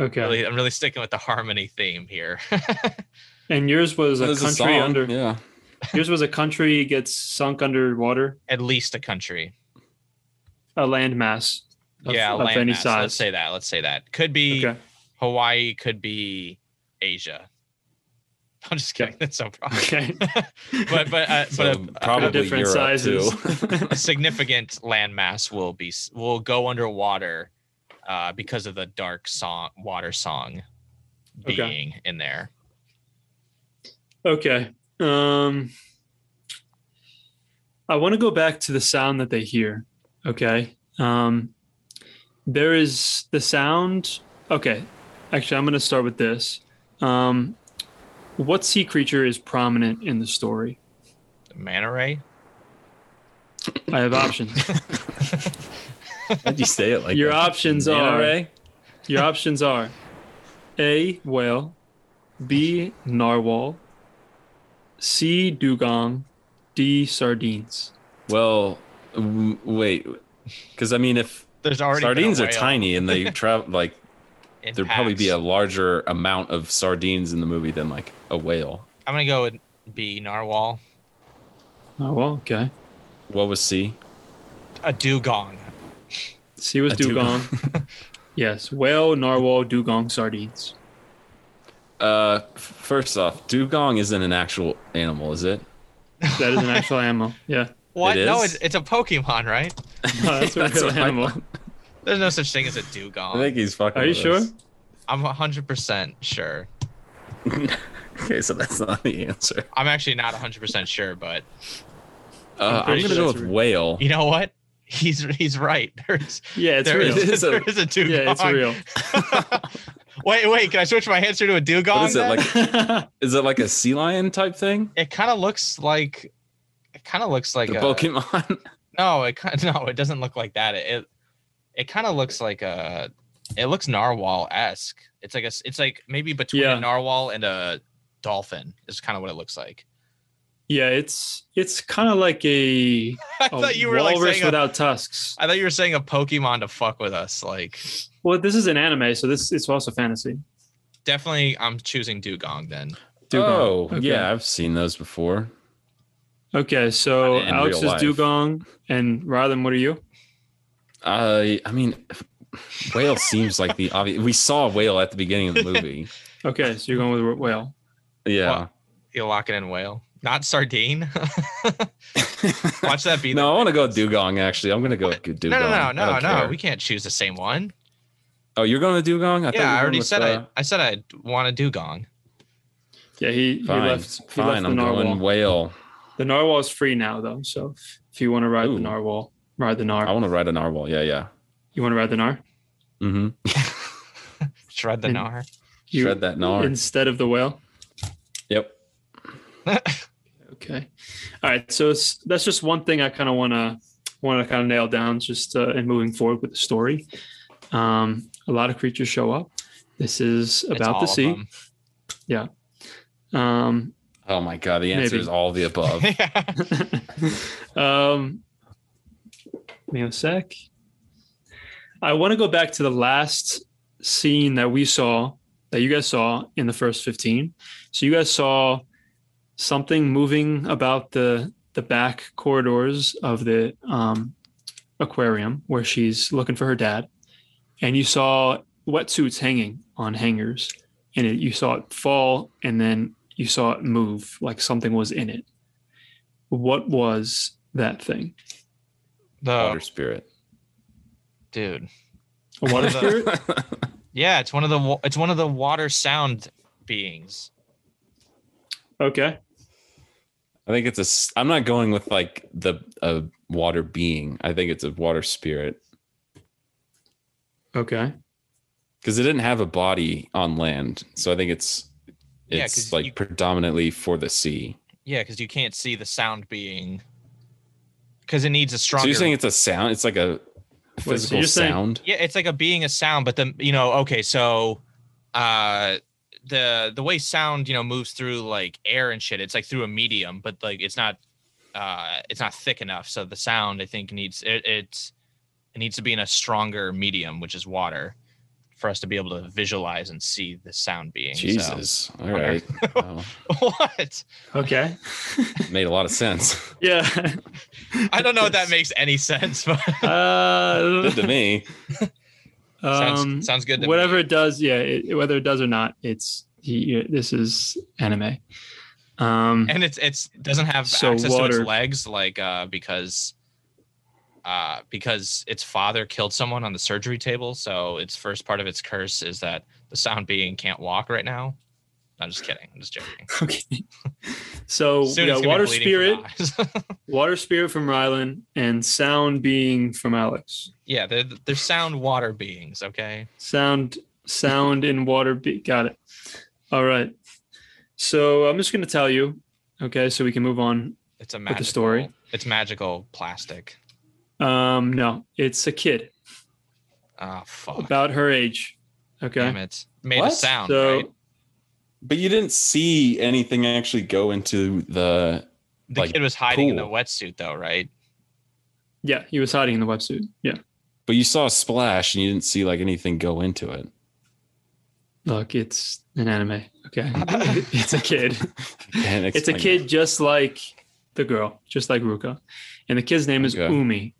Speaker 2: Okay.
Speaker 1: Really, I'm really sticking with the harmony theme here.
Speaker 2: And yours was a
Speaker 3: There's
Speaker 2: country
Speaker 3: song,
Speaker 2: under.
Speaker 3: yeah.
Speaker 2: Yours was a country gets sunk underwater.
Speaker 1: At least a country.
Speaker 2: A landmass. Of,
Speaker 1: yeah,
Speaker 2: Of
Speaker 1: landmass.
Speaker 2: any
Speaker 1: Let's
Speaker 2: size.
Speaker 1: say that. Let's say that. Could be.
Speaker 2: Okay.
Speaker 1: Hawaii could be Asia. I'm just kidding. That's so broad.
Speaker 2: Okay.
Speaker 1: but but uh,
Speaker 3: So
Speaker 1: but a,
Speaker 3: probably
Speaker 2: different
Speaker 3: Europe,
Speaker 2: sizes.
Speaker 3: too.
Speaker 1: a significant landmass will be s- will go underwater uh, because of the dark song water song
Speaker 2: Okay.
Speaker 1: being in there.
Speaker 2: Okay. Um I want to go back to the sound that they hear. Okay. Um there is the sound. Okay. Actually, I'm going to start with this. Um what sea creature is prominent in the story?
Speaker 1: The manta ray.
Speaker 2: I have options.
Speaker 3: How'd you say it like
Speaker 2: Your
Speaker 3: that?
Speaker 2: options
Speaker 3: Manta
Speaker 2: are-
Speaker 3: ray?
Speaker 2: Your options are A whale, B narwhal, C dugong, D sardines.
Speaker 3: Well, w- wait, because I mean, if
Speaker 1: There's already been a
Speaker 3: sardines are
Speaker 1: whale.
Speaker 3: tiny and they travel like
Speaker 1: in
Speaker 3: there'd probably be a
Speaker 1: packs.
Speaker 3: larger amount of sardines in the movie than like a whale.
Speaker 1: I'm gonna go with B. Narwhal,
Speaker 2: Oh well, okay.
Speaker 3: What was C?
Speaker 1: a dugong.
Speaker 2: C was
Speaker 3: A
Speaker 2: dugong.
Speaker 3: dugong.
Speaker 2: yes, whale, narwhal, dugong, sardines.
Speaker 3: Uh, f- first off, dugong isn't an actual animal, is it?
Speaker 2: That is an actual animal. Yeah,
Speaker 1: What?
Speaker 3: It
Speaker 1: No,
Speaker 3: is?
Speaker 1: it's, it's a Pokemon, right?
Speaker 2: No, that's a
Speaker 3: That's
Speaker 2: real
Speaker 3: what I
Speaker 2: animal.
Speaker 3: thought.
Speaker 1: There's no such thing as a
Speaker 3: I
Speaker 1: dugong.
Speaker 3: think he's fucking.
Speaker 2: Are you
Speaker 3: with
Speaker 2: sure?
Speaker 3: us.
Speaker 1: I'm 100% sure.
Speaker 3: Okay, so that's not the answer.
Speaker 1: I'm actually not 100% sure, but
Speaker 3: Uh, I'm,
Speaker 2: pretty
Speaker 3: gonna
Speaker 2: sure
Speaker 3: go
Speaker 2: that's
Speaker 3: with
Speaker 2: real.
Speaker 3: whale.
Speaker 1: you know what? He's he's right. There's
Speaker 2: Yeah, it's
Speaker 1: there
Speaker 2: real.
Speaker 1: is-
Speaker 3: It is a-
Speaker 1: there is a dugong.
Speaker 2: Yeah, it's real.
Speaker 1: wait, wait. Can I switch my answer to a dugong?
Speaker 3: What is it
Speaker 1: then?
Speaker 3: like? Is it like a sea lion type thing?
Speaker 1: It kind of looks like. It kind of looks like
Speaker 3: the
Speaker 1: a
Speaker 3: Pokemon.
Speaker 1: no. It kind no. It doesn't look like that. It it, it kind of looks like a. It looks narwhal esque. It's like a. s- It's like maybe between
Speaker 2: Yeah.
Speaker 1: a narwhal and a dolphin is kind of what it looks like.
Speaker 2: yeah, it's it's kind of like a,
Speaker 1: I
Speaker 2: a
Speaker 1: thought you were like
Speaker 2: walrus
Speaker 1: saying. A,
Speaker 2: without tusks.
Speaker 1: I thought you were saying a Pokemon to fuck with us. Like
Speaker 2: Well, this is an anime, so this it's also fantasy.
Speaker 1: definitely, I'm choosing dugong then.
Speaker 2: Dugong.
Speaker 3: Oh,
Speaker 2: Okay.
Speaker 3: yeah, I've seen those before.
Speaker 2: Okay, so
Speaker 3: In
Speaker 2: Alex
Speaker 3: real
Speaker 2: is
Speaker 3: life.
Speaker 2: dugong, and Rylan, what are you?
Speaker 3: Uh, I, I mean, whale seems like the obvious. We saw whale at the beginning of the movie.
Speaker 2: Okay, so you're going with whale.
Speaker 3: Yeah.
Speaker 1: You'll lock it in whale, not sardine. Watch that be. the-
Speaker 3: no, I want to go dugong. Actually, I'm gonna go with dugong.
Speaker 1: no, no, no,
Speaker 3: I
Speaker 1: no,
Speaker 3: don't
Speaker 1: no.
Speaker 3: care.
Speaker 1: We can't choose the same one.
Speaker 3: Oh, you're going to dugong? I thought you were
Speaker 1: yeah, I already
Speaker 3: going
Speaker 1: said
Speaker 3: with, uh,
Speaker 1: I. I said I would want a dugong.
Speaker 2: Yeah, he, he
Speaker 3: Fine,
Speaker 2: left. He
Speaker 3: fine.
Speaker 2: left the
Speaker 3: I'm
Speaker 2: narwhal.
Speaker 3: going whale.
Speaker 2: The narwhal is free now, though. So if you want to ride
Speaker 3: Ooh.
Speaker 2: the narwhal, ride the nar.
Speaker 3: I want to ride a narwhal. Yeah, yeah.
Speaker 2: You want to ride the nar?
Speaker 3: Mm-hmm.
Speaker 1: Shred the
Speaker 2: And-
Speaker 1: gnar.
Speaker 2: You,
Speaker 3: Shred that gnar.
Speaker 2: instead of the whale.
Speaker 3: Yep.
Speaker 2: Okay. All right. So it's, that's just one thing I kind of want to want to kind of nail down, just uh, in moving forward with the story. Um, a lot of creatures show up. This is
Speaker 1: It's
Speaker 2: about
Speaker 1: all
Speaker 2: the
Speaker 1: of
Speaker 2: sea.
Speaker 1: them.
Speaker 2: Um,
Speaker 3: Oh my god, the answer
Speaker 2: Maybe.
Speaker 3: is all the above.
Speaker 1: Yeah.
Speaker 2: um, give me a sec. I want to go back to the last scene that we saw, that you guys saw in the first 15. So you guys saw something moving about the the back corridors of the um, aquarium where she's looking for her dad, and you saw wetsuits hanging on hangers, and it, you saw it fall, and then you saw it move like something was in it what was that thing?
Speaker 1: the
Speaker 3: Water spirit.
Speaker 1: dude.
Speaker 2: A water spirit?
Speaker 1: Yeah, it's one of the wa- it's one of the water sound beings.
Speaker 2: Okay.
Speaker 3: I think it's a. s- I'm not going with like the a water being. I think it's a water spirit
Speaker 2: Okay.
Speaker 3: because it didn't have a body on land. So I think it's
Speaker 1: Yeah,
Speaker 3: it's
Speaker 1: 'cause
Speaker 3: like
Speaker 1: you-
Speaker 3: predominantly for the sea.
Speaker 1: Yeah, because you can't see the sound being. Because it needs a
Speaker 3: So
Speaker 1: stronger.
Speaker 3: you're saying it's a sound? It's like a
Speaker 2: so
Speaker 3: physical
Speaker 2: you're saying-
Speaker 3: sound.
Speaker 1: yeah, it's like a being a sound, but then you know, okay, so, uh, the the way sound you know moves through like air and shit, it's like through a medium, but like it's not, uh, it's not thick enough. So the sound I think needs it. It's it needs to be in a stronger medium, which is water, for us to be able to visualize and see the sound being. so-
Speaker 3: Jesus. All
Speaker 1: Okay.
Speaker 3: right. Well,
Speaker 1: what?
Speaker 2: Okay.
Speaker 3: made a lot of sense.
Speaker 2: Yeah.
Speaker 1: I don't know if that makes any sense, but
Speaker 3: Good to
Speaker 2: Uh,
Speaker 3: me.
Speaker 2: um,
Speaker 1: sounds, sounds good. To
Speaker 2: whatever
Speaker 1: Me.
Speaker 2: it does, yeah, it, whether it does or not, it's he, this is anime. Um,
Speaker 1: And it's it's doesn't have
Speaker 2: So
Speaker 1: access to
Speaker 2: water-
Speaker 1: its legs, like uh, because uh, because its father killed someone on the surgery table. So its first part of its curse is that the sound being can't walk right now. I'm just kidding. I'm just joking.
Speaker 2: okay. So
Speaker 1: Soon
Speaker 2: we
Speaker 1: it's gonna
Speaker 2: got
Speaker 1: be
Speaker 2: water
Speaker 1: bleeding from
Speaker 2: spirit,
Speaker 1: the eyes.
Speaker 2: water spirit from Rylan, and sound being from Alex.
Speaker 1: yeah, they're they're sound water beings. Okay.
Speaker 2: Sound, sound in water. Be- got it. All right. So I'm just gonna tell you. Okay, so we can move on
Speaker 1: It's a
Speaker 2: the
Speaker 1: magical.
Speaker 2: story?
Speaker 1: It's magical plastic.
Speaker 2: Um, no, it's a kid
Speaker 1: Ah, fuck.
Speaker 2: about her age.
Speaker 1: Damn
Speaker 2: Okay,
Speaker 1: it. Made a
Speaker 3: What?
Speaker 1: sound.
Speaker 2: so
Speaker 1: right?
Speaker 3: But you didn't see anything actually go into the.
Speaker 1: The
Speaker 3: like,
Speaker 1: kid was hiding in the
Speaker 3: pool.
Speaker 1: wetsuit though, right?
Speaker 2: yeah, he was hiding in the wetsuit. Yeah,
Speaker 3: But you saw a splash and you didn't see like anything go into it.
Speaker 2: Look, it's an anime. Okay. it's a kid. It's a kid just like the girl, just like Ruka. And the kid's name is
Speaker 3: Okay.
Speaker 2: Umi.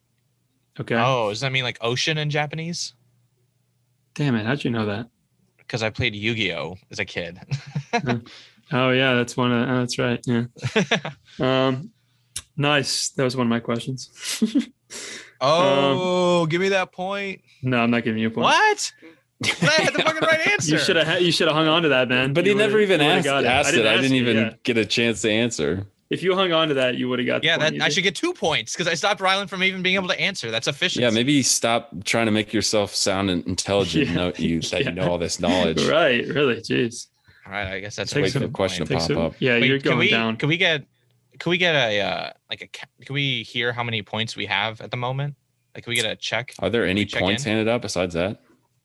Speaker 2: Okay.
Speaker 1: Oh, does that mean like ocean in Japanese?
Speaker 2: Damn it. How'd you know that?
Speaker 1: Because I played Yu Gi Oh as a kid.
Speaker 2: Oh, yeah. That's one of, oh, that's right. Yeah. Um, nice. That was one of my questions.
Speaker 1: oh, give me that point.
Speaker 2: no, I'm not giving you a Um, point.
Speaker 1: What? But I had the fucking right answer.
Speaker 2: You should have you should have hung on to that, man.
Speaker 3: But he
Speaker 2: You
Speaker 3: never
Speaker 2: would've-
Speaker 3: even
Speaker 2: you would've
Speaker 3: asked,
Speaker 2: got
Speaker 3: asked it. I
Speaker 2: ask
Speaker 3: didn't
Speaker 2: you,
Speaker 3: even
Speaker 2: yeah.
Speaker 3: get a chance to answer.
Speaker 2: If you hung on to that, you would have got. the
Speaker 1: Yeah,
Speaker 2: point
Speaker 1: that
Speaker 2: you
Speaker 1: I
Speaker 2: did.
Speaker 1: should get two points because I stopped Rylan from even being able to answer. That's efficient.
Speaker 3: Yeah, maybe stop trying to make yourself sound in- intelligent.
Speaker 2: Yeah.
Speaker 3: and know you that
Speaker 2: Yeah.
Speaker 3: you know all this knowledge.
Speaker 2: Right. Really. Jeez.
Speaker 1: All right, I guess that's
Speaker 2: Take
Speaker 1: a
Speaker 3: Wait for the
Speaker 2: some-
Speaker 3: question to
Speaker 2: Take
Speaker 3: pop
Speaker 2: some-
Speaker 3: up.
Speaker 2: Yeah,
Speaker 1: Wait,
Speaker 2: you're
Speaker 1: can
Speaker 2: going
Speaker 1: we,
Speaker 2: down.
Speaker 1: Can we get? Can we get a uh, like a? ca- Can we hear how many points we have at the moment? Like, can we get a check?
Speaker 3: Are there any
Speaker 1: check
Speaker 3: points
Speaker 1: in?
Speaker 3: handed out besides that?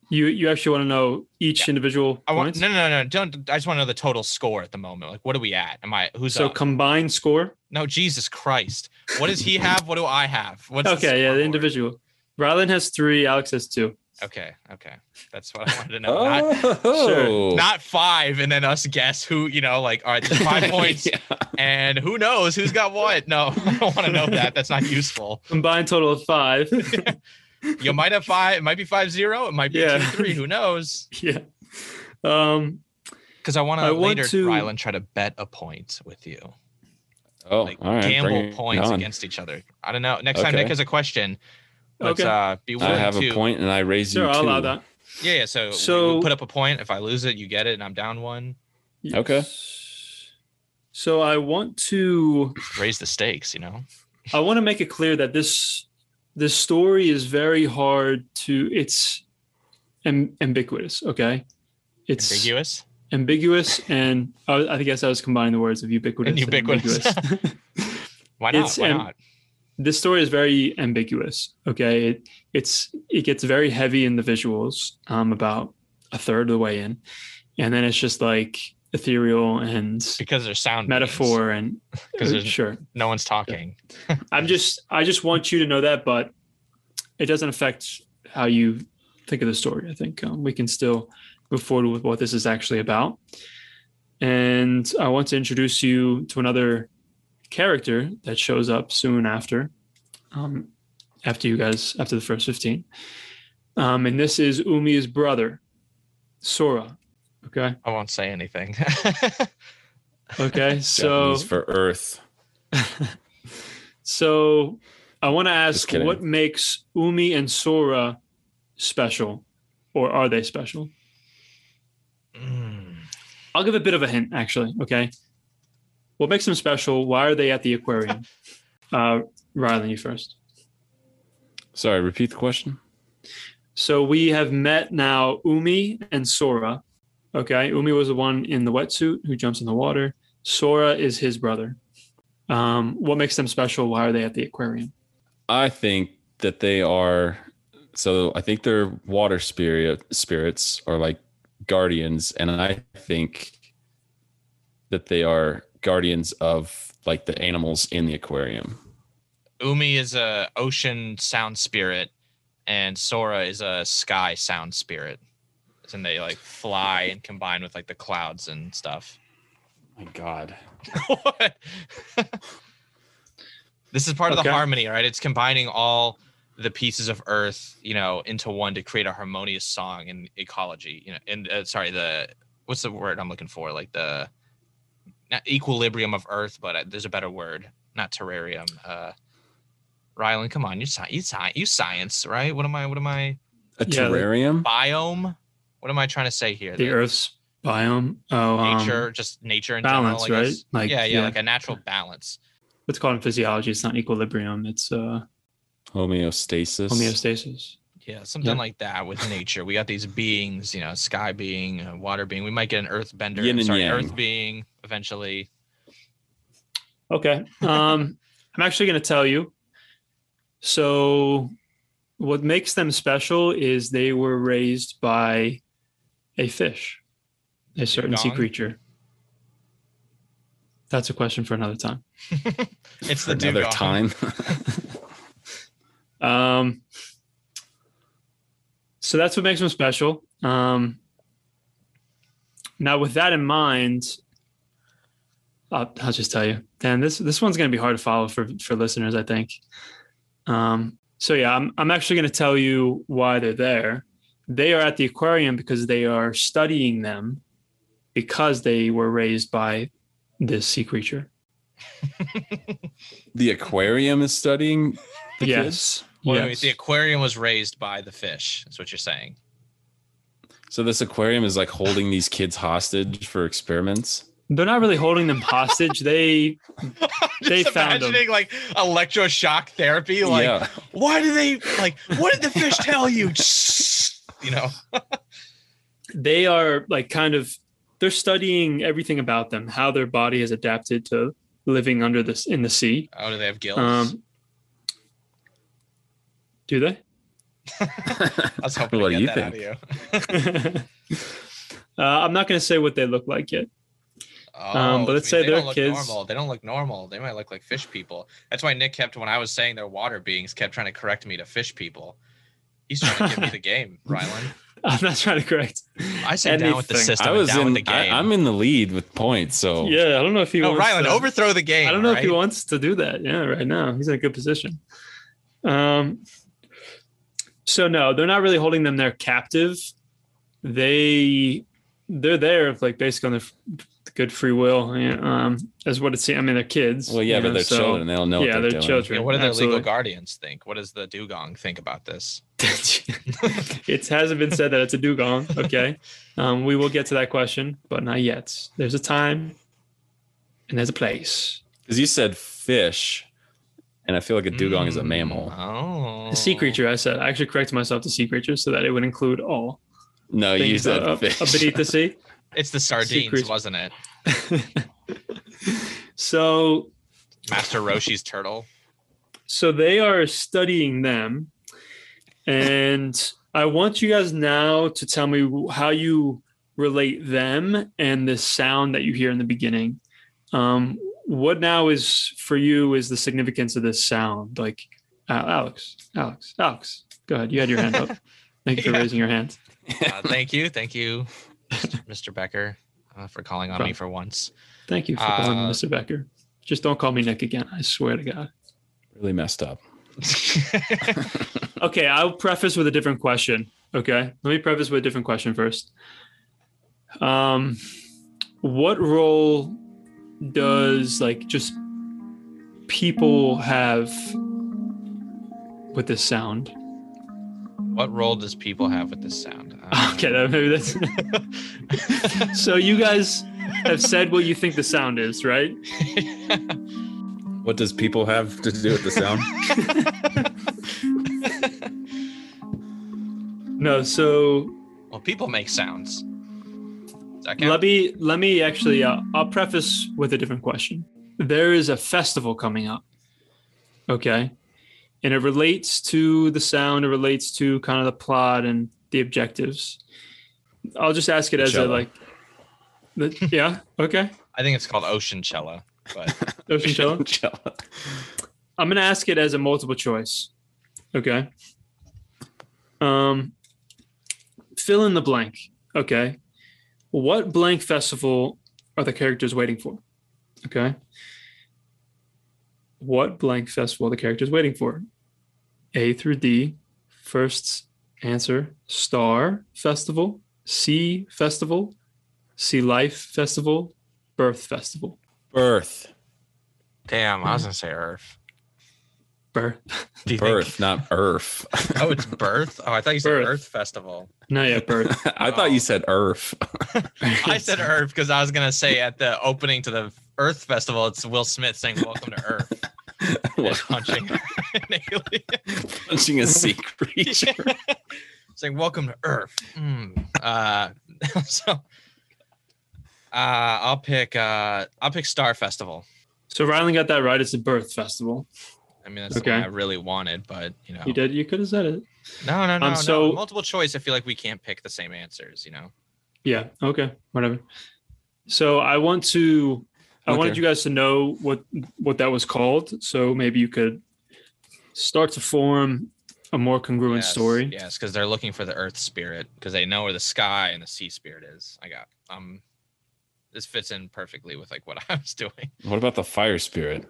Speaker 2: You you actually want to know each individual
Speaker 1: I want
Speaker 2: points.
Speaker 1: no, no, no, no. Don't. I just want to know the total score at the moment. Like, what are we at? Am I who's
Speaker 2: so
Speaker 1: up?
Speaker 2: combined score.
Speaker 1: no, Jesus Christ! What does he have? What do I have? What's the
Speaker 2: Okay. Yeah, the
Speaker 1: scoreboard?
Speaker 2: individual. Rylan has three. Alex has two.
Speaker 1: Okay, okay, that's what I wanted to know. Not,
Speaker 2: Oh.
Speaker 3: Oh.
Speaker 1: not five, and then us guess who. You know, like all right, there's five points,
Speaker 3: Yeah.
Speaker 1: and who knows who's got what? No, I don't want to know that. That's not useful.
Speaker 2: Combined total of five.
Speaker 1: You might have five. It might be five zero. It might be
Speaker 2: Yeah.
Speaker 1: two three. Who knows?
Speaker 2: yeah. Um.
Speaker 1: Because I want
Speaker 2: I
Speaker 1: to
Speaker 2: want
Speaker 1: later,
Speaker 2: to-
Speaker 1: Rylan, try to bet a point with you.
Speaker 3: Oh,
Speaker 1: Like
Speaker 3: all right. bring
Speaker 1: gamble
Speaker 3: it
Speaker 1: points
Speaker 3: on.
Speaker 1: against each other. I don't know. Next time
Speaker 3: Okay.
Speaker 1: Nick has a question, let's
Speaker 2: Okay.
Speaker 1: uh, be willing
Speaker 3: I have
Speaker 1: to.
Speaker 3: a point and I raise
Speaker 2: Sure,
Speaker 3: you
Speaker 2: I'll
Speaker 3: two.
Speaker 2: allow that.
Speaker 1: Yeah, yeah. So, we-
Speaker 2: So-
Speaker 1: we put up a point. If I lose it, you get it, and I'm down one.
Speaker 3: Okay.
Speaker 2: So I want to
Speaker 1: Raise the stakes, you know.
Speaker 2: I want to make it clear that this this story is very hard to it's am, ambiguous. Okay, it's ambiguous,
Speaker 1: Ambiguous.
Speaker 2: and I, I guess I was combining the words of ubiquitous
Speaker 1: And ubiquitous.
Speaker 2: ambiguous.
Speaker 1: Why not?
Speaker 2: It's,
Speaker 1: Why
Speaker 2: um,
Speaker 1: not?
Speaker 2: this story is very ambiguous. Okay, it it's it gets very heavy in the visuals. Um, about a third of the way in, and then it's just like ethereal and
Speaker 1: Because there's sound.
Speaker 2: metaphor and
Speaker 1: 'Cause there's-
Speaker 2: sure
Speaker 1: meanings. No one's talking.
Speaker 2: I'm just I just want you to know that, but it doesn't affect how you think of the story. I think um, we can still move forward with what this is actually about. And I want to introduce you to another character that shows up soon after, um, after you guys after the first fifteen. Um, and this is Umi's brother, Sora. Okay.
Speaker 1: I won't say anything.
Speaker 2: Okay. So
Speaker 3: Japanese for Earth.
Speaker 2: So I want to
Speaker 3: Just
Speaker 2: ask
Speaker 3: kidding.
Speaker 2: what makes Umi and Sora special, or are they special?
Speaker 1: Mm.
Speaker 2: I'll give a bit of a hint, actually. Okay. What makes them special? Why are they at the aquarium? uh, Rylan, you first.
Speaker 3: Sorry, repeat the question.
Speaker 2: So we have met now Umi and Sora. Okay. Umi was the one in the wetsuit who jumps in the water. Sora is his brother. Um, what makes them special? Why are they at the aquarium?
Speaker 3: I think that they are. So I think they're water spirit spirits or like guardians, and I think that they are guardians of like the animals in the aquarium.
Speaker 1: Umi is a ocean sound spirit, and Sora is a sky sound spirit. And they like fly and combine with like the clouds and stuff.
Speaker 3: My God.
Speaker 1: What? this is part of
Speaker 2: Okay.
Speaker 1: the harmony, right? It's combining all the pieces of Earth, you know, into one to create a harmonious song and ecology. You know, and uh, sorry, the what's the word I'm looking for? Like the not equilibrium of Earth, but uh, there's a better word. Not terrarium. Uh, Rylan, come on, you sci- you sci- you science, right? What am I? What am I?
Speaker 2: Yeah, they-
Speaker 3: A terrarium?
Speaker 1: Biome? What am I trying to say here?
Speaker 2: The Earth's biome. Oh, um,
Speaker 1: nature, just nature in
Speaker 2: balance,
Speaker 1: general. I
Speaker 2: right?
Speaker 1: guess.
Speaker 2: Like,
Speaker 1: yeah, yeah,
Speaker 2: yeah.
Speaker 1: like a natural balance.
Speaker 2: what's called in physiology. It's not equilibrium. It's uh,
Speaker 3: Homeostasis.
Speaker 2: homeostasis.
Speaker 1: Yeah, something
Speaker 2: Yeah.
Speaker 1: like that with nature. We got these beings, you know, sky being, uh, water being. We might get an earth bender,
Speaker 3: Yin and
Speaker 1: sorry,
Speaker 3: yang.
Speaker 1: earth being eventually.
Speaker 2: Okay. Um, I'm actually going to tell you. So, what makes them special is they were raised by a fish, a certain sea
Speaker 1: Dong?
Speaker 2: creature. That's a question for another time.
Speaker 1: It's
Speaker 3: For
Speaker 1: the
Speaker 3: another
Speaker 1: dugong.
Speaker 3: time.
Speaker 2: Um, so that's what makes them special. Um, Now, with that in mind, I'll, I'll just tell you, Dan. This this one's going to be hard to follow for for listeners, I think. Um, so yeah, I'm I'm actually going to tell you why they're there. They are at the aquarium because they are studying them, because they were raised by this sea creature.
Speaker 3: The aquarium is studying the kids.
Speaker 2: yes.
Speaker 1: Well,
Speaker 2: yes.
Speaker 1: wait, the aquarium was raised by the fish. That's what you're saying.
Speaker 3: So this aquarium is like holding these kids hostage for experiments.
Speaker 2: They're not really holding them hostage. they They
Speaker 1: Just
Speaker 2: found 'em.
Speaker 1: imagining like electroshock therapy. Like,
Speaker 3: yeah.
Speaker 1: why do they like? What did the fish tell you? you know.
Speaker 2: they are like kind of they're studying everything about them, how their body has adapted to living under this in the sea.
Speaker 1: Oh, do they have gills?
Speaker 2: Um, do they?
Speaker 1: I was hoping
Speaker 3: what
Speaker 1: to
Speaker 3: do
Speaker 1: get
Speaker 3: you
Speaker 1: that out of
Speaker 3: think?
Speaker 1: you.
Speaker 2: uh, I'm not going to say what they look like yet.
Speaker 1: Oh,
Speaker 2: Um,
Speaker 1: which
Speaker 2: but let's
Speaker 1: means
Speaker 2: say
Speaker 1: they
Speaker 2: they're
Speaker 1: don't look
Speaker 2: kids.
Speaker 1: Normal. They don't look normal. They might look like fish people. That's why Nick kept when I was saying they're water beings kept trying to correct me to fish people. He's trying to give me the game, Rylan.
Speaker 2: I'm not trying to correct.
Speaker 1: I said down with the
Speaker 2: anything.
Speaker 1: system.
Speaker 3: I was
Speaker 1: down
Speaker 3: in.
Speaker 1: with the
Speaker 3: I,
Speaker 1: game.
Speaker 3: I'm in the lead with points. So
Speaker 2: Yeah, I don't know if he
Speaker 1: no,
Speaker 2: wants
Speaker 1: Rylan,
Speaker 2: to,
Speaker 1: overthrow the game.
Speaker 2: I don't know if he
Speaker 1: right?
Speaker 2: wants to do that. Yeah, right now he's in a good position. Um, so no, they're not really holding them there captive. They they're there like basically on their f- good free will. yeah, Um, as what it's I mean, they're kids.
Speaker 3: Well, yeah,
Speaker 2: you
Speaker 3: but
Speaker 2: know,
Speaker 3: they're
Speaker 2: so-
Speaker 3: children. They don't know.
Speaker 2: yeah, they're
Speaker 3: what they're, doing.
Speaker 2: children.
Speaker 1: Yeah, what do their
Speaker 2: absolutely.
Speaker 1: legal guardians think? What does the dugong think about this?
Speaker 2: it hasn't been said that it's a dugong. Okay. Um, we will get to that question, but not yet. There's a time and there's a place.
Speaker 3: Because you said fish, and I feel like a dugong is a
Speaker 1: Mm,
Speaker 3: mammal.
Speaker 1: Oh,
Speaker 2: The sea creature, I said. I actually corrected myself to sea creature so that it would include all
Speaker 3: No, Oh, you
Speaker 2: things
Speaker 3: said
Speaker 2: up, up
Speaker 3: fish.
Speaker 2: beneath the sea.
Speaker 1: It's the sardines,
Speaker 2: creature.
Speaker 1: wasn't it?
Speaker 2: So
Speaker 1: Master Roshi's turtle.
Speaker 2: so they are studying them and i want you guys now to tell me how you relate them and the sound that you hear in the beginning um, what now is for you is the significance of this sound like uh, alex alex alex go ahead you had your hand up thank you for
Speaker 1: Yeah.
Speaker 2: raising your hand
Speaker 1: Uh, thank you, thank you, Mr. Becker, uh, for calling on me
Speaker 2: Problem.
Speaker 1: for once.
Speaker 2: thank you for calling me
Speaker 1: Uh,
Speaker 2: mr becker just don't call me nick again i swear to god
Speaker 3: really messed up.
Speaker 2: Okay, I'll preface with a different question. Okay, let me preface with a different question first. Um, what role does like just people have with this sound?
Speaker 1: What role does people have with this sound? Um,
Speaker 2: Okay, that, maybe that's. so you guys have said what you think the sound is, right?
Speaker 3: What does people have to do with the sound?
Speaker 2: No, so
Speaker 1: Well, people make sounds. Does that count?
Speaker 2: Let me let me actually. Uh, I'll preface with a different question. There is a festival coming up, okay, and it relates to the sound. It relates to kind of the plot and the objectives. I'll just ask it as a
Speaker 3: Cello.
Speaker 2: like. the- yeah. Okay.
Speaker 1: I think it's called ocean cello, but
Speaker 2: Ocean cello.
Speaker 3: Cello.
Speaker 2: I'm gonna ask it as a multiple choice. Okay. Um fill in the blank. Okay. What blank festival are the characters waiting for? Okay. What blank festival are the characters waiting for? A through D. First answer Star Festival, C Festival, C Life Festival, Birth Festival.
Speaker 3: Birth,
Speaker 1: damn,
Speaker 2: Mm.
Speaker 1: I was gonna say Earth.
Speaker 2: Birth.
Speaker 1: Do you think-
Speaker 3: birth, not earth.
Speaker 1: Oh, it's birth. Oh, I thought you said
Speaker 2: Birth.
Speaker 1: Earth, Festival.
Speaker 2: No, yeah, birth.
Speaker 3: I thought you said earth.
Speaker 1: I said Earth because I was gonna say at the opening to the Earth Festival, it's Will Smith saying "Welcome to Earth," and punching an alien,
Speaker 3: Punching a sea creature.
Speaker 1: saying "Welcome to Earth." Mm, Uh, so, uh, I'll pick. Uh, I'll pick Star Festival.
Speaker 2: So Rylan got that right. It's a birth festival.
Speaker 1: I mean, that's the
Speaker 2: Okay.
Speaker 1: one I really wanted, but you know,
Speaker 2: You did. You could have said it.
Speaker 1: no, no, no, no.
Speaker 2: so-
Speaker 1: multiple choice. I feel like we can't pick the same answers. You know,
Speaker 2: Yeah. Okay. Whatever. So I want to. I wanted
Speaker 3: Okay.
Speaker 2: you guys to know what what that was called. So maybe you could start to form a more congruent
Speaker 1: Yes,
Speaker 2: story.
Speaker 1: Yes, because they're looking for the earth spirit because they know where the sky and the sea spirit is. I got um, this fits in perfectly with like what I was doing.
Speaker 3: What about the fire spirit?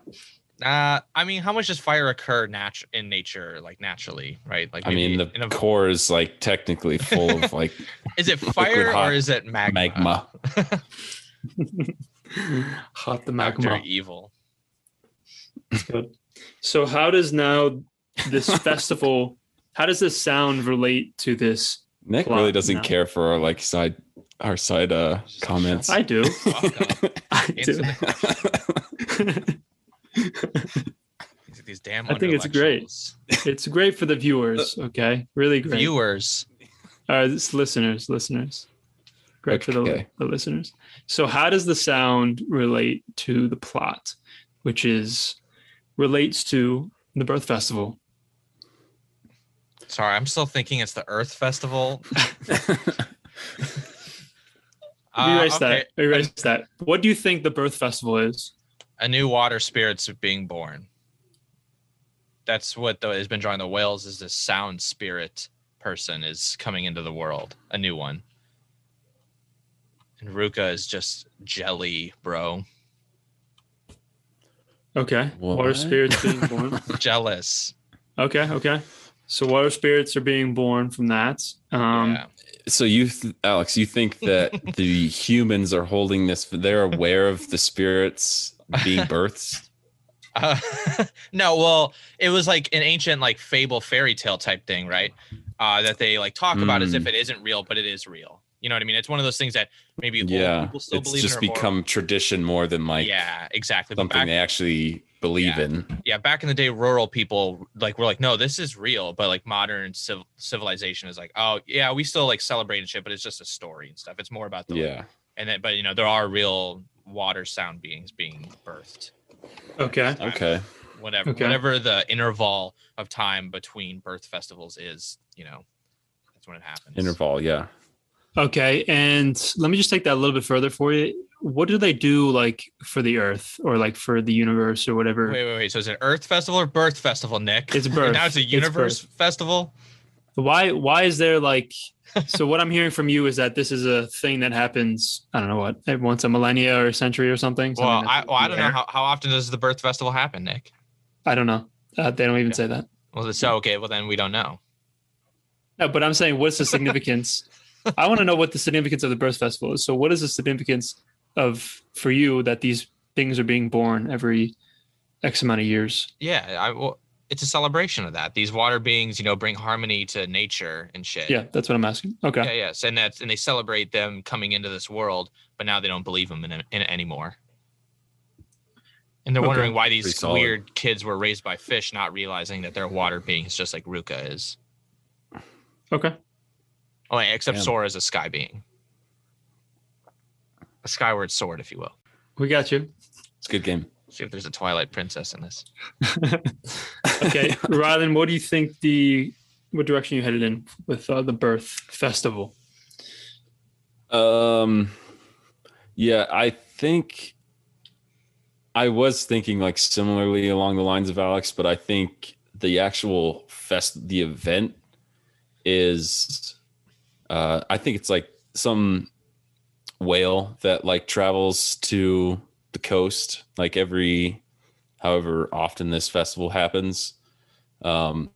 Speaker 1: Uh, I mean, how much does fire occur natu- in nature, like naturally, right? Like
Speaker 3: I mean,
Speaker 1: maybe
Speaker 3: the
Speaker 1: in a-
Speaker 3: core is like technically full of like
Speaker 1: is it
Speaker 3: liquid
Speaker 1: fire
Speaker 3: hot
Speaker 1: or is it magma?
Speaker 3: magma.
Speaker 2: Hot
Speaker 1: Doctor
Speaker 2: the magma.
Speaker 1: Evil.
Speaker 2: So how does now this festival? How does this sound relate to this?
Speaker 3: Nick
Speaker 2: Plot,
Speaker 3: really doesn't
Speaker 2: no.
Speaker 3: care for our like side our side uh comments.
Speaker 2: I do.
Speaker 1: Fuck up.
Speaker 2: I do.
Speaker 1: Answer the question. These- These damn.
Speaker 2: I think it's great.
Speaker 1: intellectuals.
Speaker 2: it's great for the viewers. Okay, really great.
Speaker 1: Viewers,
Speaker 2: All right, it's listeners, listeners. Great for the,
Speaker 3: Okay.
Speaker 2: the listeners. So, how does the sound relate to the plot, which is relates to the birth festival?
Speaker 1: sorry, I'm still thinking it's the Earth Festival. Uh,
Speaker 2: Erase
Speaker 1: okay.
Speaker 2: that. Erase that. What do you think the birth festival is?
Speaker 1: a new water spirit's being born. That's what the, has been drawing the whales is this sound spirit person is coming into the world, a new one. And Ruka is just jelly, bro.
Speaker 2: Okay, water
Speaker 3: What?
Speaker 2: spirits being born.
Speaker 1: Jealous.
Speaker 2: okay, okay. So, water spirits are being born from that. Um,
Speaker 1: yeah.
Speaker 3: so you, th- Alex, you think that the humans are holding this? They're aware of the spirits being births.
Speaker 1: Uh, no, well, it was like an ancient like fable fairy tale type thing, right? Uh, that they like talk about as
Speaker 3: Mm.
Speaker 1: if it isn't real, but it is real. You know what I mean? It's one of those things that maybe old
Speaker 3: yeah,
Speaker 1: people still
Speaker 3: it's
Speaker 1: believe
Speaker 3: just
Speaker 1: in or more-
Speaker 3: become tradition more than like
Speaker 1: yeah, exactly. But
Speaker 3: something
Speaker 1: back-
Speaker 3: they actually believe
Speaker 1: Yeah.
Speaker 3: in.
Speaker 1: yeah back in the day rural people like were like no this is real but like modern civ- civilization is like oh yeah we still like celebrate and shit but it's just a story and stuff it's more about the
Speaker 3: Yeah,
Speaker 1: and then but you know there are real water sound beings being birthed
Speaker 2: Okay.
Speaker 3: okay.
Speaker 1: whatever
Speaker 2: Okay.
Speaker 1: whatever the interval of time between birth festivals is you know that's when it happens
Speaker 3: Interval, yeah.
Speaker 2: Okay, and let me just take that a little bit further for you. What do they do, like for the Earth or like for the universe or whatever?
Speaker 1: wait wait wait so is it earth festival or birth festival nick
Speaker 2: It's
Speaker 1: And
Speaker 2: birth.
Speaker 1: now it's a
Speaker 2: birth.
Speaker 1: universe festival
Speaker 2: Why? Why is there like? so what I'm hearing from you is that this is a thing that happens. I don't know what eh, once a millennia or a century or something.
Speaker 1: well
Speaker 2: something
Speaker 1: I,
Speaker 2: that's
Speaker 1: well I don't know
Speaker 2: rare.
Speaker 1: how, how often does the birth festival happen nick
Speaker 2: I don't know. Uh, they don't even say that.
Speaker 1: well so okay well then we don't know
Speaker 2: No, but I'm saying, what's the significance? I want to know what the significance of the birth festival is. So, what is the significance of for you that these things are being born every X amount of years?
Speaker 1: yeah i well, it's a celebration of that these water beings you know bring harmony to nature and shit
Speaker 2: Yeah, that's what I'm asking. Okay.
Speaker 1: yeah yes and that's and they celebrate them coming into this world but now they don't believe them in, it- in it anymore and they're
Speaker 2: Okay.
Speaker 1: wondering why
Speaker 3: Pretty
Speaker 1: these
Speaker 3: solid.
Speaker 1: weird kids were raised by fish not realizing that they're water beings just like ruka is
Speaker 2: Okay.
Speaker 1: oh wait, except
Speaker 3: Damn.
Speaker 1: sora is a sky being a skyward sword if you will
Speaker 2: We got you.
Speaker 3: It's a good game.
Speaker 1: see if there's a twilight princess in this
Speaker 2: Okay, Rylan, what do you think the what direction you headed in with uh, the birth festival?
Speaker 3: Um, yeah, I think I was thinking like similarly along the lines of Alex, but I think the actual fest, the event is, uh, I think it's like some whale that like travels to the coast, like every however often this festival happens. Um,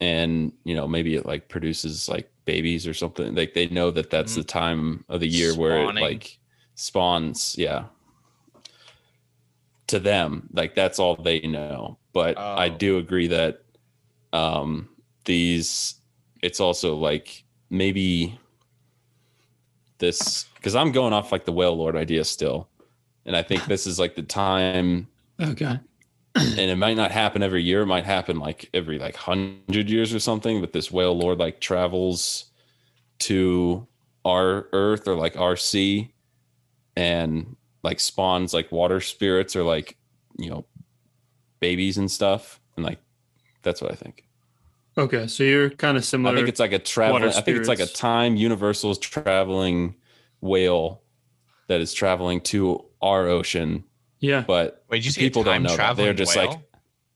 Speaker 3: and you know, maybe it like produces like babies or something. Like they know that that's the time of the year where it
Speaker 1: Spawning.
Speaker 3: like spawns, yeah, to them. Like that's all they know. But I
Speaker 1: Oh.
Speaker 3: do agree that um these it's also like maybe this because I'm going off like the whale lord idea still. And I think this is like the time
Speaker 2: Okay.
Speaker 3: and it might not happen every year. It might happen like every like hundred years or something. But this whale lord like travels to our Earth or like our sea, and like spawns like water spirits or like you know babies and stuff. And like that's what I think.
Speaker 2: Okay, so you're kind of similar.
Speaker 3: I think it's like a traveling.
Speaker 2: water
Speaker 3: I think it's like a
Speaker 2: spirits.
Speaker 3: time universal's traveling whale that is traveling to our ocean,
Speaker 2: yeah.
Speaker 3: but
Speaker 1: wait did you see
Speaker 3: people
Speaker 1: a time
Speaker 3: don't know. that.
Speaker 1: traveling
Speaker 3: They're just
Speaker 1: whale?
Speaker 3: like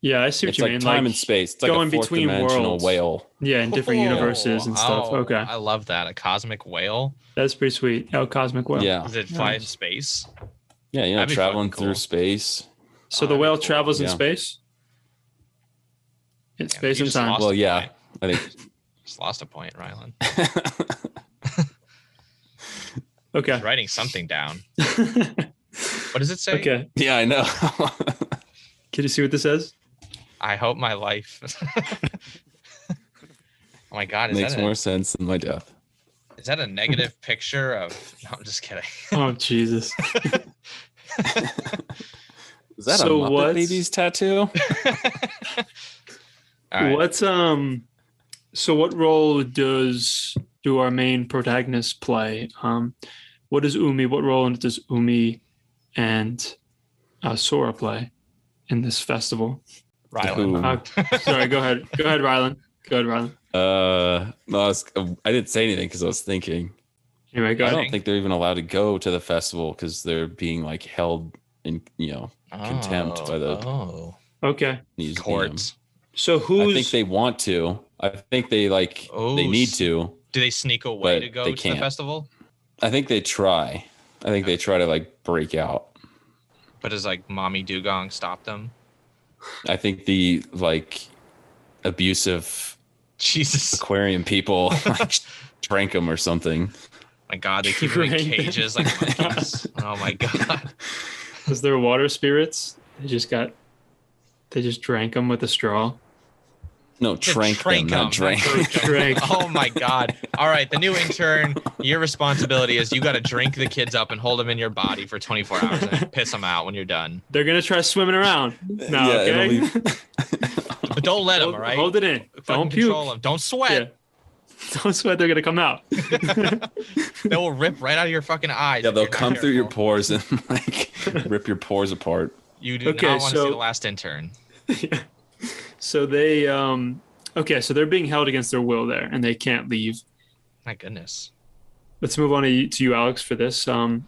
Speaker 2: Yeah, I see what
Speaker 3: It's
Speaker 2: you
Speaker 3: like
Speaker 2: mean.
Speaker 3: time
Speaker 2: Like,
Speaker 3: and space. It's like
Speaker 2: going
Speaker 3: a fourth
Speaker 2: between
Speaker 3: dimensional
Speaker 2: worlds.
Speaker 3: whale.
Speaker 2: yeah, in different
Speaker 1: Cool.
Speaker 2: universes and stuff.
Speaker 1: Oh,
Speaker 2: okay,
Speaker 1: I love that. A cosmic whale.
Speaker 2: that's pretty sweet. El Cosmic Whale.
Speaker 3: yeah,
Speaker 1: Does it fly in space?
Speaker 3: yeah, you know,
Speaker 1: That'd be
Speaker 3: traveling
Speaker 1: fucking cool.
Speaker 3: through space.
Speaker 2: So the
Speaker 1: Oh,
Speaker 2: whale
Speaker 1: cool.
Speaker 2: travels in
Speaker 3: Yeah.
Speaker 2: space. In
Speaker 1: Damn,
Speaker 2: space
Speaker 1: you
Speaker 2: and
Speaker 1: just
Speaker 2: time.
Speaker 1: lost
Speaker 3: Well,
Speaker 1: a
Speaker 3: yeah, I
Speaker 1: Just lost a point, Rylan.
Speaker 3: think.
Speaker 1: I was
Speaker 2: Okay.
Speaker 1: writing something down. What does it say?
Speaker 2: okay.
Speaker 3: yeah, I know.
Speaker 2: Can you see what this says?
Speaker 1: I hope my life. oh my god, is
Speaker 3: Makes
Speaker 1: that, a,
Speaker 3: more sense than my death.
Speaker 1: is that a negative picture of? No, I'm just kidding.
Speaker 2: Oh Jesus.
Speaker 3: Is that
Speaker 2: So
Speaker 3: a Muppet
Speaker 2: what's-
Speaker 3: Babies tattoo?
Speaker 1: All right.
Speaker 2: What's um so what role does do our main protagonists play? Um what does Umi what role does Umi and uh, Sora play in this festival?
Speaker 1: Rylan.
Speaker 3: Who?
Speaker 2: Uh, sorry, go ahead. Go ahead, Rylan. Go ahead, Rylan.
Speaker 3: Uh, no, I, was, I didn't say anything because I was thinking.
Speaker 2: Anyway, go
Speaker 3: I
Speaker 2: ahead.
Speaker 3: don't think they're even allowed to go to the festival because they're being like held in, you know, Contempt by the-
Speaker 1: oh.
Speaker 2: Okay.
Speaker 3: museum.
Speaker 1: courts.
Speaker 2: So who's
Speaker 3: I think they want to. I think they like
Speaker 1: Oh,
Speaker 3: they need
Speaker 1: s-
Speaker 3: to.
Speaker 1: Do they sneak away
Speaker 3: But
Speaker 1: to go
Speaker 3: they
Speaker 1: to
Speaker 3: can't.
Speaker 1: the festival?
Speaker 3: I think they try. I think they try to like break out.
Speaker 1: But does like mommy dugong stop them?
Speaker 3: I think the like abusive
Speaker 1: Jesus,
Speaker 3: aquarium people like, drank them or something.
Speaker 1: my God, they keep them in
Speaker 2: Right.
Speaker 1: cages like monkeys. Oh my God,
Speaker 2: Because they're water spirits. They just got, they just drank them with a straw.
Speaker 3: No, drank them, not
Speaker 1: 'em.
Speaker 3: drank.
Speaker 2: Drank.
Speaker 1: Oh my God! All right, the new intern, your responsibility is you got to drink the kids up and hold them in your body for 24 hours and piss them out when you're done.
Speaker 2: They're gonna try swimming around. No,
Speaker 3: Yeah,
Speaker 2: okay.
Speaker 3: it'll
Speaker 1: But don't let them.
Speaker 2: hold,
Speaker 1: All right,
Speaker 2: hold it in.
Speaker 1: Fucking
Speaker 2: Don't puke.
Speaker 1: control 'em. Don't
Speaker 2: Yeah.
Speaker 1: sweat.
Speaker 2: Don't sweat. They're gonna come out.
Speaker 1: They will rip right out of your fucking eyes.
Speaker 3: Yeah,
Speaker 1: if
Speaker 3: they'll
Speaker 1: you're not
Speaker 3: come through your
Speaker 1: careful.
Speaker 3: pores and like rip your pores apart.
Speaker 1: You do
Speaker 2: Okay,
Speaker 1: not want to
Speaker 2: so-
Speaker 1: see the last intern.
Speaker 2: so they, um, okay. So they're being held against their will there, and they can't leave.
Speaker 1: My goodness.
Speaker 2: Let's move on to you, to you Alex, for this. Um,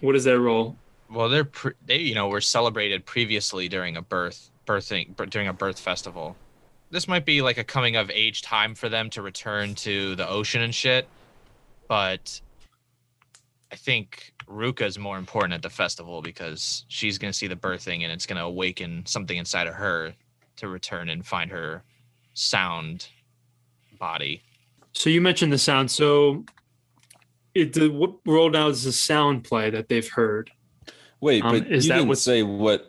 Speaker 2: what is their role?
Speaker 1: Well, they're pre- they you know were celebrated previously during a birth birthing bir- during a birth festival. This might be like a coming of age time for them to return to the ocean and shit, but I think Ruka's more important at the festival because she's gonna see the birthing and it's gonna awaken something inside of her to return and find her sound body.
Speaker 2: So you mentioned the sound. So, it the, what role now does the sound play that they've heard?
Speaker 3: Wait,
Speaker 2: Um,
Speaker 3: but
Speaker 2: is
Speaker 3: you
Speaker 2: that
Speaker 3: didn't
Speaker 2: what's-
Speaker 3: say what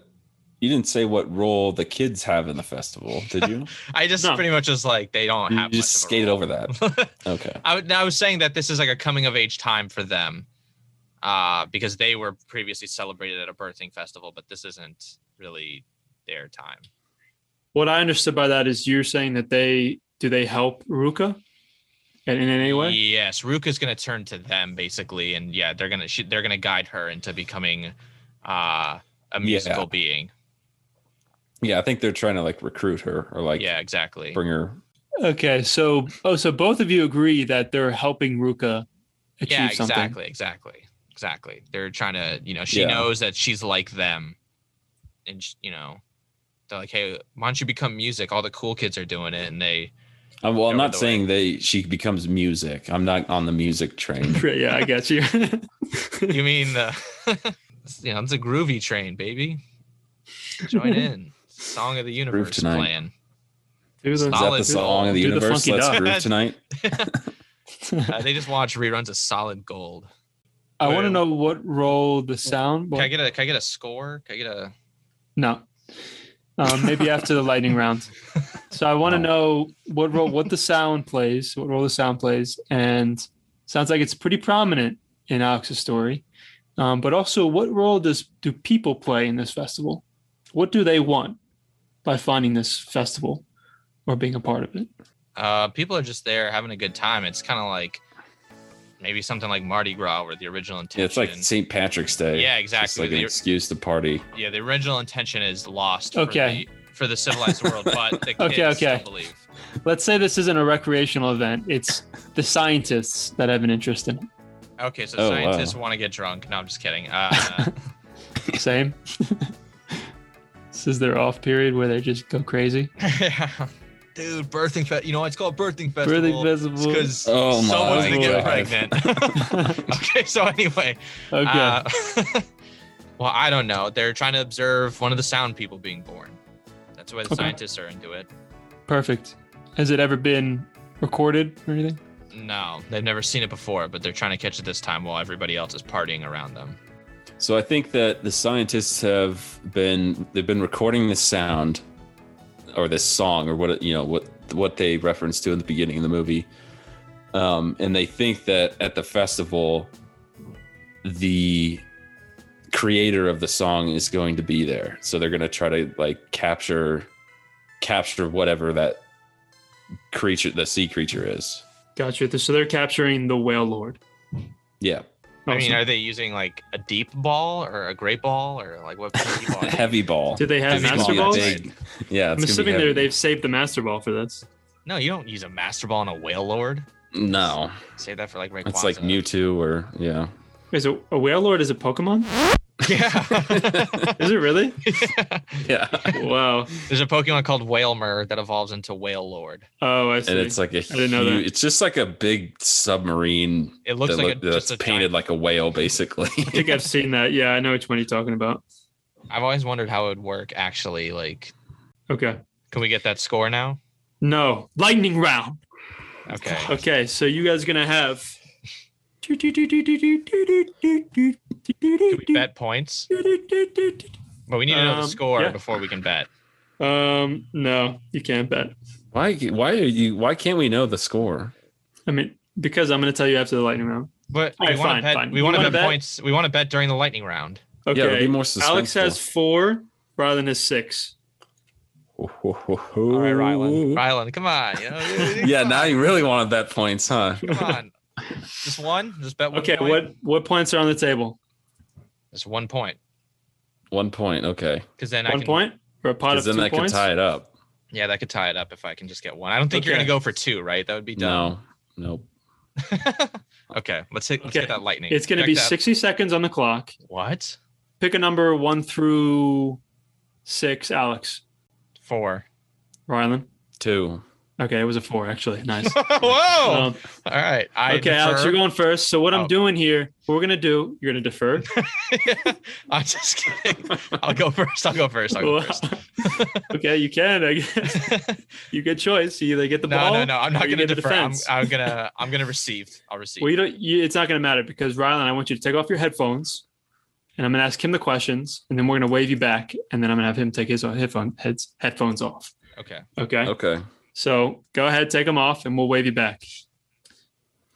Speaker 3: you didn't say what role the kids have in the festival, did you?
Speaker 1: I just
Speaker 2: No.
Speaker 1: pretty much was like they don't
Speaker 3: you
Speaker 1: have
Speaker 3: just
Speaker 1: much of a
Speaker 3: skated
Speaker 1: role.
Speaker 3: over that. Okay.
Speaker 1: I, would- I was saying that this is like a coming of age time for them uh, because they were previously celebrated at a birthing festival, but this isn't really their time.
Speaker 2: What I understood by that is you're saying that they do they help Ruka, and in any way?
Speaker 1: Yes, Ruka's going to turn to them basically, and yeah, they're gonna she, they're gonna guide her into becoming uh, a musical being.
Speaker 3: Yeah, I think they're trying to like recruit her or like
Speaker 1: yeah, exactly.
Speaker 3: bring her.
Speaker 2: Okay, so oh, so both of you agree that they're helping Ruka achieve
Speaker 1: Yeah,
Speaker 2: something.
Speaker 1: exactly, exactly, exactly. They're trying to, you know, she
Speaker 3: Yeah.
Speaker 1: knows that she's like them, and sh- you know, they're like, hey, why don't you become music? All the cool kids are doing it, and they
Speaker 3: Um, well, I'm
Speaker 1: Over
Speaker 3: not
Speaker 1: the
Speaker 3: saying they she becomes music. I'm not on the music train.
Speaker 2: Right, yeah, I got you.
Speaker 1: You mean the, you know, it's a groovy train, baby. Join in. Song of the universe
Speaker 3: tonight.
Speaker 1: playing.
Speaker 2: Do the-
Speaker 3: Is that the
Speaker 1: Solid.
Speaker 3: song of the
Speaker 2: Do the
Speaker 3: universe?
Speaker 2: funky
Speaker 3: Let's
Speaker 2: dog.
Speaker 3: groove tonight.
Speaker 1: Uh, they just watch reruns of Solid Gold.
Speaker 2: I want
Speaker 1: Wait.
Speaker 2: to know what role the sound.
Speaker 1: Can I get a? Can I get a score? Can I get a?
Speaker 2: no, um, maybe after the lightning round. So I want to
Speaker 3: No.
Speaker 2: know what role what the sound plays, what role the sound plays, and sounds like it's pretty prominent in Alex's story. Um, but also, what role does do people play in this festival? What do they want by finding this festival or being a part of it?
Speaker 1: Uh, people are just there having a good time. It's kind of like maybe something like Mardi Gras, where the original
Speaker 3: Yeah,
Speaker 1: intention.
Speaker 3: it's like St. Patrick's Day.
Speaker 1: yeah,
Speaker 3: It's
Speaker 1: exactly.
Speaker 3: like an
Speaker 1: The-
Speaker 3: excuse to party.
Speaker 1: yeah, the original intention is lost.
Speaker 2: Okay.
Speaker 1: For the, for the civilized world, but the kids
Speaker 2: Okay, okay.
Speaker 1: still believe.
Speaker 2: Let's say this isn't a recreational event; it's the scientists that have an interest in
Speaker 1: Okay, so
Speaker 3: Oh, wow.
Speaker 1: scientists want to get drunk. No, I'm just kidding. Uh,
Speaker 2: it. Same. This is their off period where they just go crazy.
Speaker 1: Dude, birthing fest. You know, it's called birthing festival.
Speaker 2: Birthing festival.
Speaker 1: because
Speaker 3: Oh my
Speaker 1: someone's gonna get
Speaker 3: God.
Speaker 1: pregnant. okay, so anyway,
Speaker 2: okay.
Speaker 1: uh, well, I don't know. They're trying to observe one of the sound people being born. That's why the
Speaker 2: Okay.
Speaker 1: scientists are into it.
Speaker 2: Perfect. Has it ever been recorded or anything?
Speaker 1: No, they've never seen it before, but they're trying to catch it this time while everybody else is partying around them.
Speaker 3: So I think that the scientists have been they've been recording this sound or this song or what it- you know what what they referenced to in the beginning of the movie. Um, and they think that at the festival the creator of the song is going to be there. So they're going to try to like capture capture whatever that creature the sea creature is.
Speaker 2: Gotcha. So they're capturing the whale lord.
Speaker 3: Yeah.
Speaker 1: I mean,
Speaker 2: Awesome.
Speaker 1: are they using like a deep ball or a great ball or like what kind of ball?
Speaker 3: A heavy ball.
Speaker 2: do they have
Speaker 1: Heavy
Speaker 3: It's
Speaker 2: master
Speaker 3: gonna be
Speaker 2: balls?
Speaker 1: big.
Speaker 3: big- Yeah,
Speaker 2: I'm
Speaker 3: it's gonna be
Speaker 2: assuming they
Speaker 3: heavy.
Speaker 2: they've saved the master ball for this.
Speaker 1: No, you don't use a master ball and a whale lord.
Speaker 3: No.
Speaker 1: Save that for like Rayquaza.
Speaker 3: It's like Mewtwo or yeah.
Speaker 2: Is it a whale lord? Is a Pokemon?
Speaker 1: Yeah.
Speaker 2: Is it really?
Speaker 3: yeah.
Speaker 2: wow.
Speaker 1: There's a Pokemon called Whalemer that evolves into Whale Lord.
Speaker 2: Oh, I see.
Speaker 3: And it's uh, like a huge,
Speaker 2: didn't know that.
Speaker 3: it's just like a big submarine
Speaker 1: It looks
Speaker 3: that
Speaker 1: like
Speaker 3: look-
Speaker 1: a,
Speaker 3: that's
Speaker 1: just a painted.
Speaker 3: painted like a whale, basically.
Speaker 2: I think I've seen that. Yeah, I know which one you're talking about.
Speaker 1: I've always wondered how it would work. Actually, like,
Speaker 2: Okay.
Speaker 1: can we get that score now?
Speaker 2: No, lightning round.
Speaker 1: Okay.
Speaker 2: Okay, so you guys are gonna have.
Speaker 1: Can we bet points? But we need to know the
Speaker 2: Um,
Speaker 1: score
Speaker 2: yeah.
Speaker 1: before we can bet.
Speaker 2: Um, no, you can't bet.
Speaker 3: why? Why are you? Why can't we know the score?
Speaker 2: I mean, because I'm gonna tell you after the lightning round.
Speaker 1: But
Speaker 2: All right,
Speaker 1: we want to
Speaker 2: fine,
Speaker 1: bet.
Speaker 2: fine.
Speaker 1: We
Speaker 2: You
Speaker 1: want to
Speaker 2: wanna
Speaker 1: bet,
Speaker 2: bet?
Speaker 1: points. We want to bet during the lightning round.
Speaker 3: Yeah, it'll be
Speaker 2: Okay.
Speaker 3: more suspenseful.
Speaker 2: Alex has four. Rylan has six.
Speaker 1: All right, Rylan. Rylan, come on. you know,
Speaker 3: Yeah, now you really wanted that points, huh?
Speaker 1: Come on. Just one. Just bet one.
Speaker 2: Okay,
Speaker 1: point?
Speaker 2: what what points are on the table?
Speaker 1: Just one point.
Speaker 3: One point, okay.
Speaker 1: Because then I
Speaker 2: One
Speaker 1: can,
Speaker 2: point or a pot
Speaker 3: 'Cause
Speaker 2: of
Speaker 3: then
Speaker 2: two
Speaker 3: I could
Speaker 2: points?
Speaker 3: tie it up.
Speaker 1: Yeah, that could tie it up if I can just get one. I don't think you're
Speaker 2: Okay.
Speaker 1: gonna go for two, right? That would be dumb.
Speaker 3: No, nope.
Speaker 1: Okay, let's hit. Let's
Speaker 2: Okay.
Speaker 1: hit that lightning.
Speaker 2: It's gonna
Speaker 1: Check
Speaker 2: be
Speaker 1: that-
Speaker 2: 60 seconds on the clock.
Speaker 1: What?
Speaker 2: Pick a number one through six. Alex,
Speaker 1: Four.
Speaker 2: Rylan.
Speaker 3: Two.
Speaker 2: Okay, it was a four actually. Nice.
Speaker 1: Whoa!
Speaker 2: Um,
Speaker 1: All right. I
Speaker 2: okay, Alex,
Speaker 1: defer.
Speaker 2: you're going first. So what
Speaker 1: Oh.
Speaker 2: I'm doing here, what we're gonna do, you're gonna defer.
Speaker 1: I'm just kidding. I'll go first. I'll go first. I'll go first.
Speaker 2: okay, you can. I guess. You good choice. You either get the
Speaker 1: no,
Speaker 2: ball.
Speaker 1: no, no. I'm
Speaker 2: or
Speaker 1: not
Speaker 2: you
Speaker 1: gonna
Speaker 2: get the
Speaker 1: defer. I'm,
Speaker 2: fence.
Speaker 1: I'm gonna. I'm gonna receive. I'll receive.
Speaker 2: Well, you don't. You, it's not going to matter because Rylan, I want you to take off your headphones, and I'm going to ask him the questions, and then we're going to wave you back, and then I'm going to have him take his headphone heads headphones off.
Speaker 1: okay.
Speaker 2: Okay.
Speaker 3: Okay.
Speaker 2: So go ahead, take them off, and we'll wave you back.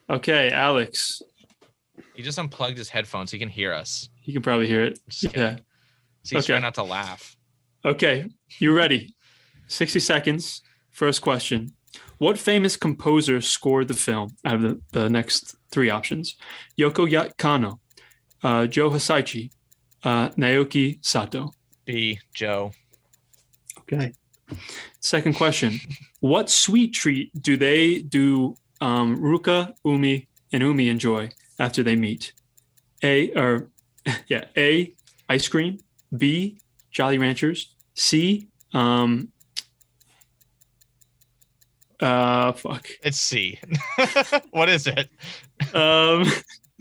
Speaker 2: Okay, Alex,
Speaker 1: He just unplugged his headphones. He can hear us.
Speaker 2: you can probably hear it.
Speaker 1: Just kidding.
Speaker 2: Yeah.
Speaker 1: So he's
Speaker 2: Okay.
Speaker 1: trying not to laugh.
Speaker 2: Okay, you ready? Sixty seconds. First question: What famous composer scored the film? Out of the, the next three options, Yoko Ya- Kano, uh, Joe Hisaichi, uh, Naoki Sato.
Speaker 1: B. Joe.
Speaker 2: Okay. Second question: What sweet treat do they do? Um, Ruka, Umi, and Umi enjoy after they meet. A or yeah, A ice cream. B Jolly Ranchers. C um. Uh fuck.
Speaker 1: It's C. what is it?
Speaker 2: Um,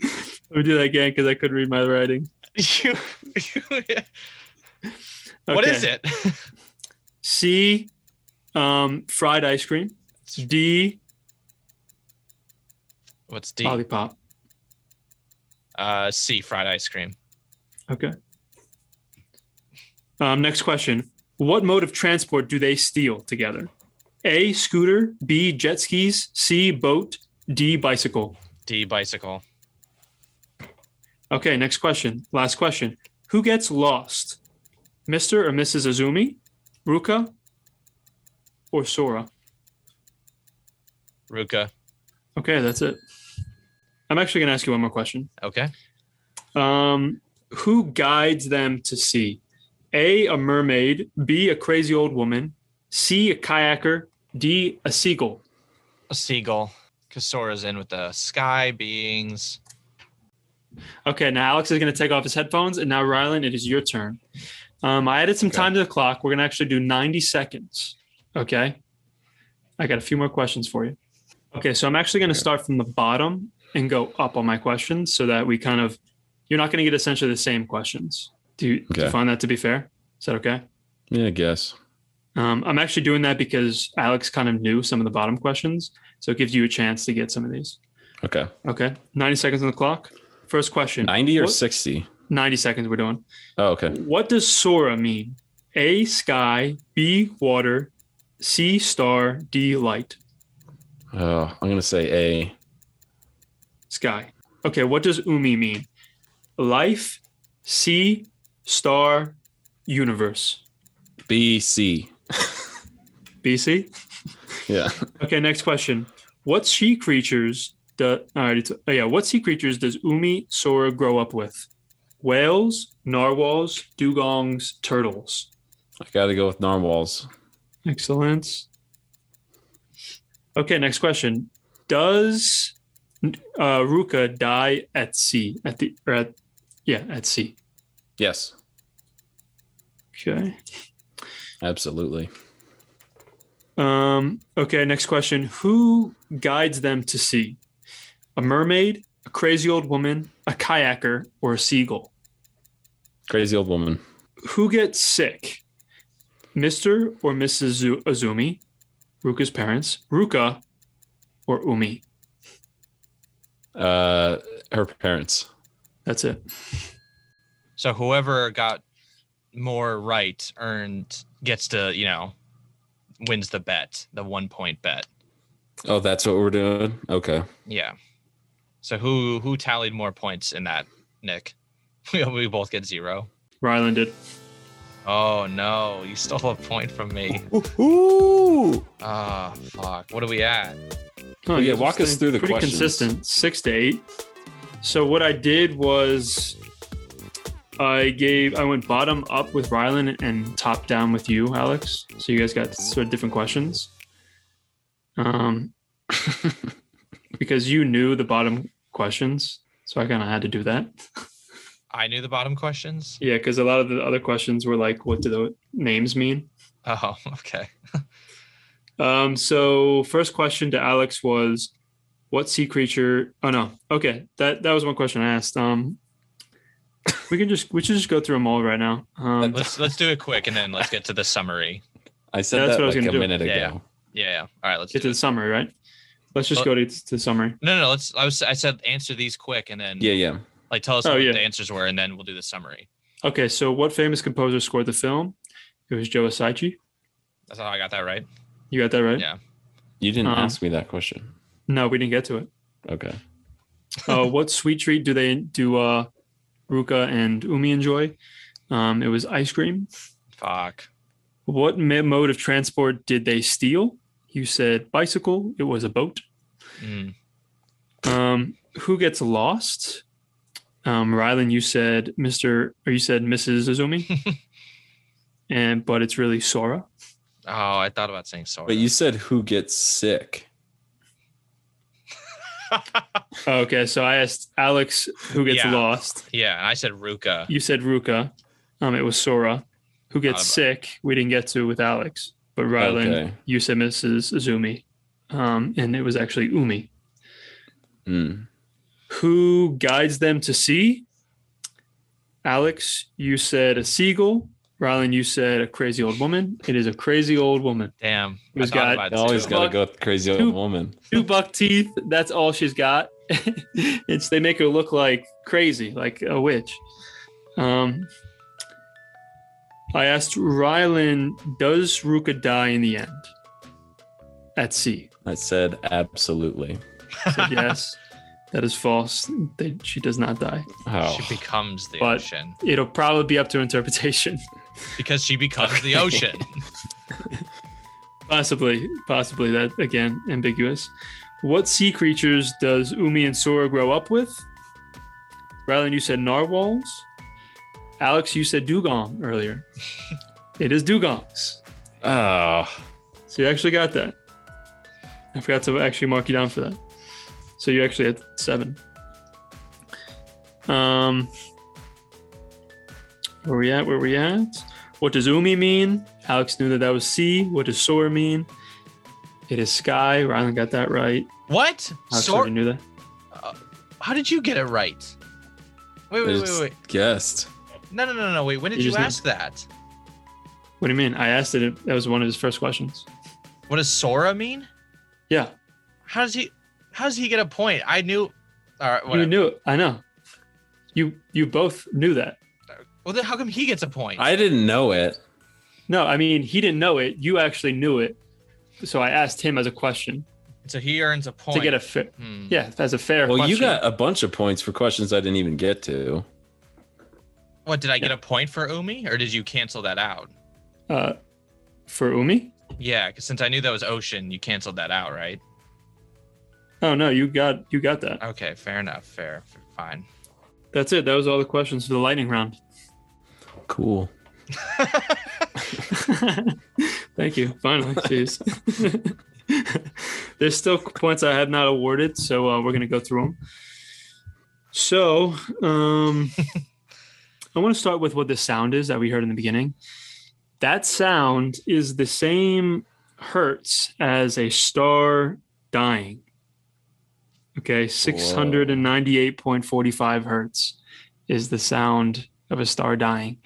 Speaker 2: let me do that again because I couldn't read my writing.
Speaker 1: You. you- What is
Speaker 2: Okay.
Speaker 1: it?
Speaker 2: C um fried ice cream. D
Speaker 1: What's D?
Speaker 2: lollipop.
Speaker 1: Uh, C. Fried ice cream.
Speaker 2: Okay. Um, next question. What mode of transport do they steal together? A. Scooter. B. Jet skis. C. Boat. D. Bicycle.
Speaker 1: D. Bicycle.
Speaker 2: Okay, next question. Last question. Who gets lost? Mr. or Mrs. Azumi? Ruka? Or Sora?
Speaker 1: Ruka.
Speaker 2: Okay, that's it. I'm actually going to ask you one more question.
Speaker 1: Okay.
Speaker 2: Um, who guides them to sea? A, a mermaid. B, a crazy old woman. C, a kayaker. D, a seagull.
Speaker 1: A seagull. Kasora's in with the sky beings.
Speaker 2: Okay, now Alex is going to take off his headphones, and now Rylan, it is your turn. Um, I added some
Speaker 3: Okay.
Speaker 2: time to the clock. We're gonna actually do 90 seconds. Okay. I got a few more questions for you. Okay, so I'm actually gonna
Speaker 3: Okay.
Speaker 2: start from the bottom and go up on my questions so that we kind of you're not gonna get essentially the same questions. Do you, do you
Speaker 3: Okay.
Speaker 2: find that to be fair? Is that okay?
Speaker 3: Yeah, I guess.
Speaker 2: Um, I'm actually doing that because Alex kind of knew some of the bottom questions, so it gives you a chance to get some of these.
Speaker 3: Okay.
Speaker 2: Okay, 90 seconds on the clock. First question.
Speaker 3: 90 or
Speaker 2: What-
Speaker 3: 60?
Speaker 2: 90 seconds we're doing.
Speaker 3: Oh, okay.
Speaker 2: What does Sora mean? A sky, B water, C star, D light.
Speaker 3: Oh, I'm going to say A.
Speaker 2: Sky. Okay, what does Umi mean? Life, C star, universe.
Speaker 3: B, C.
Speaker 2: BC.
Speaker 3: Yeah.
Speaker 2: Okay, next question. What sea creatures do, all right, it's, oh yeah, what sea creatures does Umi Sora grow up with? Whales, narwhals, dugongs, turtles.
Speaker 3: I got to go with narwhals.
Speaker 2: Excellent. Okay, next question. Does uh, Ruka die at sea? At the or at yeah, at sea.
Speaker 3: Yes.
Speaker 2: Okay.
Speaker 3: Absolutely.
Speaker 2: Um, okay, next question. Who guides them to sea? A mermaid, a crazy old woman, a kayaker, or a seagull?
Speaker 3: Crazy old woman.
Speaker 2: Who gets sick? Mr. or Mrs. Zu- Azumi, Ruka's parents, Ruka, or Umi?
Speaker 3: Uh, her parents.
Speaker 2: That's it.
Speaker 1: So whoever got more right earned gets to, you know, wins the bet, the one point bet.
Speaker 3: Oh, that's what we're doing? Okay.
Speaker 1: Yeah. So who who tallied more points in that, Nick? We, we both get zero.
Speaker 2: Rylan did.
Speaker 1: Oh no, you stole a point from me.
Speaker 3: Woohoo!
Speaker 1: Ah, fuck. What are we at?
Speaker 2: Oh,
Speaker 3: Well, yeah,
Speaker 2: you guys
Speaker 3: walk
Speaker 2: are
Speaker 3: us
Speaker 2: staying
Speaker 3: through the
Speaker 2: pretty
Speaker 3: questions.
Speaker 2: consistent, six to eight. So what I did was, I gave I went bottom up with Rylan and top down with you, Alex. So you guys got sort of different questions. Um, because you knew the bottom questions, so I kind of had to do that.
Speaker 1: I knew the bottom questions.
Speaker 2: Yeah, because a lot of the other questions were like, what do the names mean?
Speaker 1: Oh, okay.
Speaker 2: Um, so first question to Alex was, what sea creature? Oh no, okay, that that was one question I asked. Um, we can just we should just go through them all right now. Um,
Speaker 1: Let's let's do it quick and then let's get to the summary.
Speaker 3: I said
Speaker 2: That's
Speaker 3: that
Speaker 2: what I was
Speaker 3: like
Speaker 2: gonna do.
Speaker 3: a minute
Speaker 1: Yeah.
Speaker 3: ago.
Speaker 1: Yeah. yeah. All right, let's
Speaker 2: get
Speaker 1: do
Speaker 2: to
Speaker 1: it.
Speaker 2: the summary, right? Let's just
Speaker 1: Uh,
Speaker 2: go to, to the summary.
Speaker 1: No, no, no, let's I was I said answer these quick and then
Speaker 3: Yeah, yeah.
Speaker 1: like tell us
Speaker 2: Oh,
Speaker 1: what
Speaker 2: yeah.
Speaker 1: the answers were and then we'll do the summary.
Speaker 2: Okay, so what famous composer scored the film? It was Joe Hisaishi.
Speaker 1: That's how I got that right.
Speaker 2: You got that right?
Speaker 1: Yeah.
Speaker 3: You didn't
Speaker 2: Um,
Speaker 3: ask me that question.
Speaker 2: No, we didn't get to it.
Speaker 3: Okay.
Speaker 2: uh, what sweet treat do they do? Uh, Ruka and Umi enjoy. Um, it was ice cream.
Speaker 1: Fuck.
Speaker 2: What ma- mode of transport did they steal? You said bicycle. It was a boat.
Speaker 1: Mm.
Speaker 2: Um, who gets lost? Um, Rylan, you said Mr. or you said Mrs. Azumi, and but it's really Sora.
Speaker 1: Oh, I thought about saying sorry.
Speaker 3: But you said who gets sick.
Speaker 2: Okay, so I asked Alex who gets
Speaker 1: Yeah.
Speaker 2: lost.
Speaker 1: yeah, and I said Ruka.
Speaker 2: You said Ruka. Um, it was Sora. Who gets
Speaker 1: Uh,
Speaker 2: sick? We didn't get to with Alex, but Rylan,
Speaker 3: Okay.
Speaker 2: you said Mrs. Azumi, um, and it was actually Umi.
Speaker 3: Mm.
Speaker 2: who guides them to sea? Alex, you said a seagull. Rylan, you said a crazy old woman. It is a crazy old woman.
Speaker 1: Damn. I
Speaker 2: Who's
Speaker 1: thought
Speaker 2: got-
Speaker 1: about it
Speaker 3: I always
Speaker 1: too.
Speaker 3: got to go with crazy
Speaker 2: Two-
Speaker 3: old woman.
Speaker 2: Two buck teeth. That's all she's got. it's they make her look like crazy, like a witch. Um, I asked Rylan, does Ruka die in the end? At sea.
Speaker 3: I said absolutely.
Speaker 2: I said yes. That is false. They, she does not die.
Speaker 3: Oh,
Speaker 1: She becomes the
Speaker 2: But-
Speaker 1: ocean
Speaker 2: It'll probably be up to interpretation.
Speaker 1: because she becomes the ocean.
Speaker 2: Possibly, possibly that again ambiguous. What sea creatures does Umi and Sora grow up with? Rylan, you said narwhals. Alex, you said dugong earlier. it is dugongs.
Speaker 3: oh.
Speaker 2: So you actually got that. I forgot to actually mark you down for that. So you actually had seven. Um, where we at? Where we at? What does Umi mean? Alex knew that that was sea. What does Sora mean? It is sky. Rylan got that right.
Speaker 1: What?
Speaker 2: Alex
Speaker 1: Sor-
Speaker 2: already knew that.
Speaker 1: How did you get it right? Wait, wait, wait,
Speaker 3: It's
Speaker 1: wait.
Speaker 3: guessed.
Speaker 1: No, no, no, no. Wait, when did you,
Speaker 2: You just knew.
Speaker 1: ask that?
Speaker 2: What do you mean? I asked it. That was one of his first questions.
Speaker 1: What does Sora mean?
Speaker 2: Yeah,
Speaker 1: How does he? How does he get a point? I knew. All right,
Speaker 2: you
Speaker 1: whatever.
Speaker 2: knew it. I know. You you both knew that.
Speaker 1: well, then how come he gets a point?
Speaker 3: I didn't know it.
Speaker 2: No, I mean he didn't know it. You actually knew it. So I asked him as a question
Speaker 1: so he earns a point.
Speaker 2: to get a fair.
Speaker 1: Hmm.
Speaker 2: Yeah, as a fair.
Speaker 3: Well, you
Speaker 2: question.
Speaker 3: got a bunch of points for questions I didn't even get to.
Speaker 1: What did I get a point for Umi, or did you cancel that out?
Speaker 2: uh, for Umi.
Speaker 1: Yeah, because since I knew that was ocean, you canceled that out, right?
Speaker 2: Oh no, you got you got that.
Speaker 1: Okay, fair enough. Fair, f- fine.
Speaker 2: That's it. That was all the questions for the lightning round.
Speaker 3: Cool.
Speaker 2: Thank you. Finally, jeez. There's still points I have not awarded, so uh, we're gonna go through them. So, um, I want to start with what the sound is that we heard in the beginning. That sound is the same hertz as a star dying. Okay, six hundred and ninety-eight point forty-five hertz is the sound of a star dying.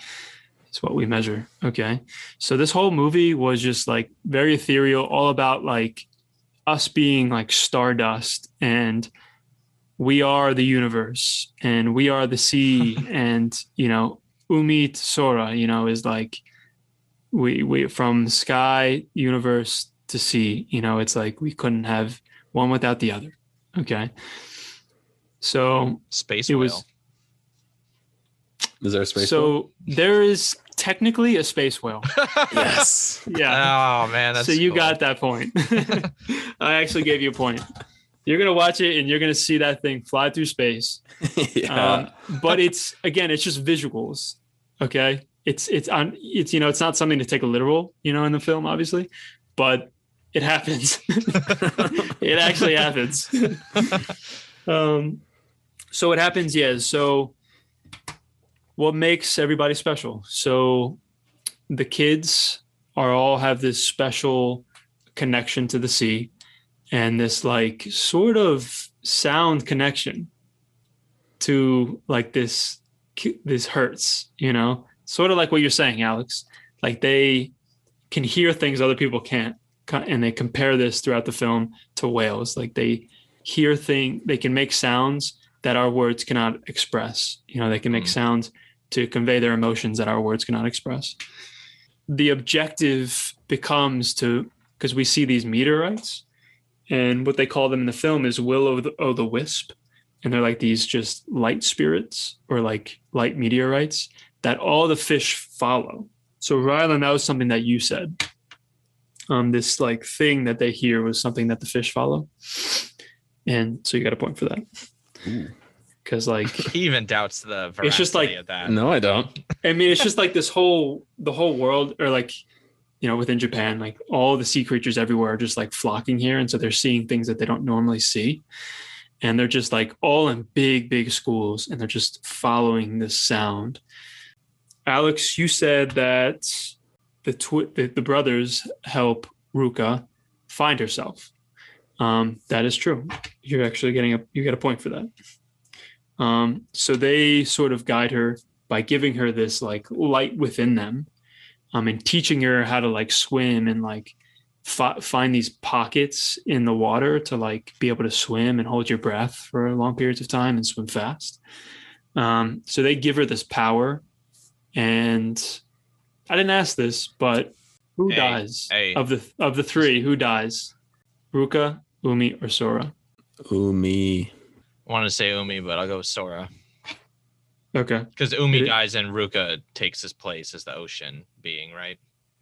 Speaker 2: It's what we measure. Okay. So this whole movie was just like very ethereal, all about like us being like stardust and we are the universe and we are the sea and you know Umit Sora, you know, is like we we from sky universe to sea, you know, it's like we couldn't have one without the other. Okay. So
Speaker 1: Space
Speaker 2: It
Speaker 1: whale.
Speaker 2: was-
Speaker 3: Is there a space?
Speaker 2: so there is technically a space whale.
Speaker 3: whale? yes.
Speaker 2: Yeah.
Speaker 1: Oh man, that's
Speaker 2: so you
Speaker 1: cool.
Speaker 2: got that point. I actually gave you a point. You're gonna watch it and you're gonna see that thing fly through space.
Speaker 3: yeah.
Speaker 2: Um, but it's again, it's just visuals. Okay. It's it's on it's you know it's not something to take literal you know in the film obviously, but it happens. it actually happens. um, so it happens, yes. So what makes everybody special? So the kids are all have this special connection to the sea and this like sort of sound connection to like this this hurts, you know? Sort of like what you're saying, Alex. Like they can hear things other people can't co- and they compare this throughout the film to whales like they hear thing they can make sounds that our words cannot express you know they can make
Speaker 1: Mm.
Speaker 2: sounds to convey their emotions that our words cannot express the objective becomes to because we see these meteorites and what they call them in the film is will o' the, o' the wisp and they're like these just light spirits or like light meteorites that all the fish follow so rylan that was something that you said um, this like thing that they hear was something that the fish follow, and so you got a point for that
Speaker 3: Ooh.
Speaker 2: because like
Speaker 1: He even doubts the veracity
Speaker 2: It's just like-
Speaker 1: of that.
Speaker 3: No, I don't.
Speaker 2: I mean it's just like this whole the whole world or like you know within Japan like all the sea creatures everywhere are just like flocking here, and so they're seeing things that they don't normally see, and they're just like all in big big schools, and they're just following this sound. Alex, you said that the tw- the, the brothers help Ruka find herself. Um, that is true. You're actually getting a you get a point for that. Um, so they sort of guide her by giving her this like light within them, um, and teaching her how to like swim and like fi- find these pockets in the water to like be able to swim and hold your breath for long periods of time and swim fast. Um, so they give her this power, and I didn't ask this, but who
Speaker 1: Hey,
Speaker 2: dies?
Speaker 1: hey.
Speaker 2: of the of the three, who dies? Ruka, Umi, or Sora?
Speaker 3: Ooh, me.
Speaker 1: I wanted to say Umi, but I'll go with Sora
Speaker 2: Okay.
Speaker 1: because Umi
Speaker 2: It-
Speaker 1: dies and Ruka takes his place as the ocean being, right?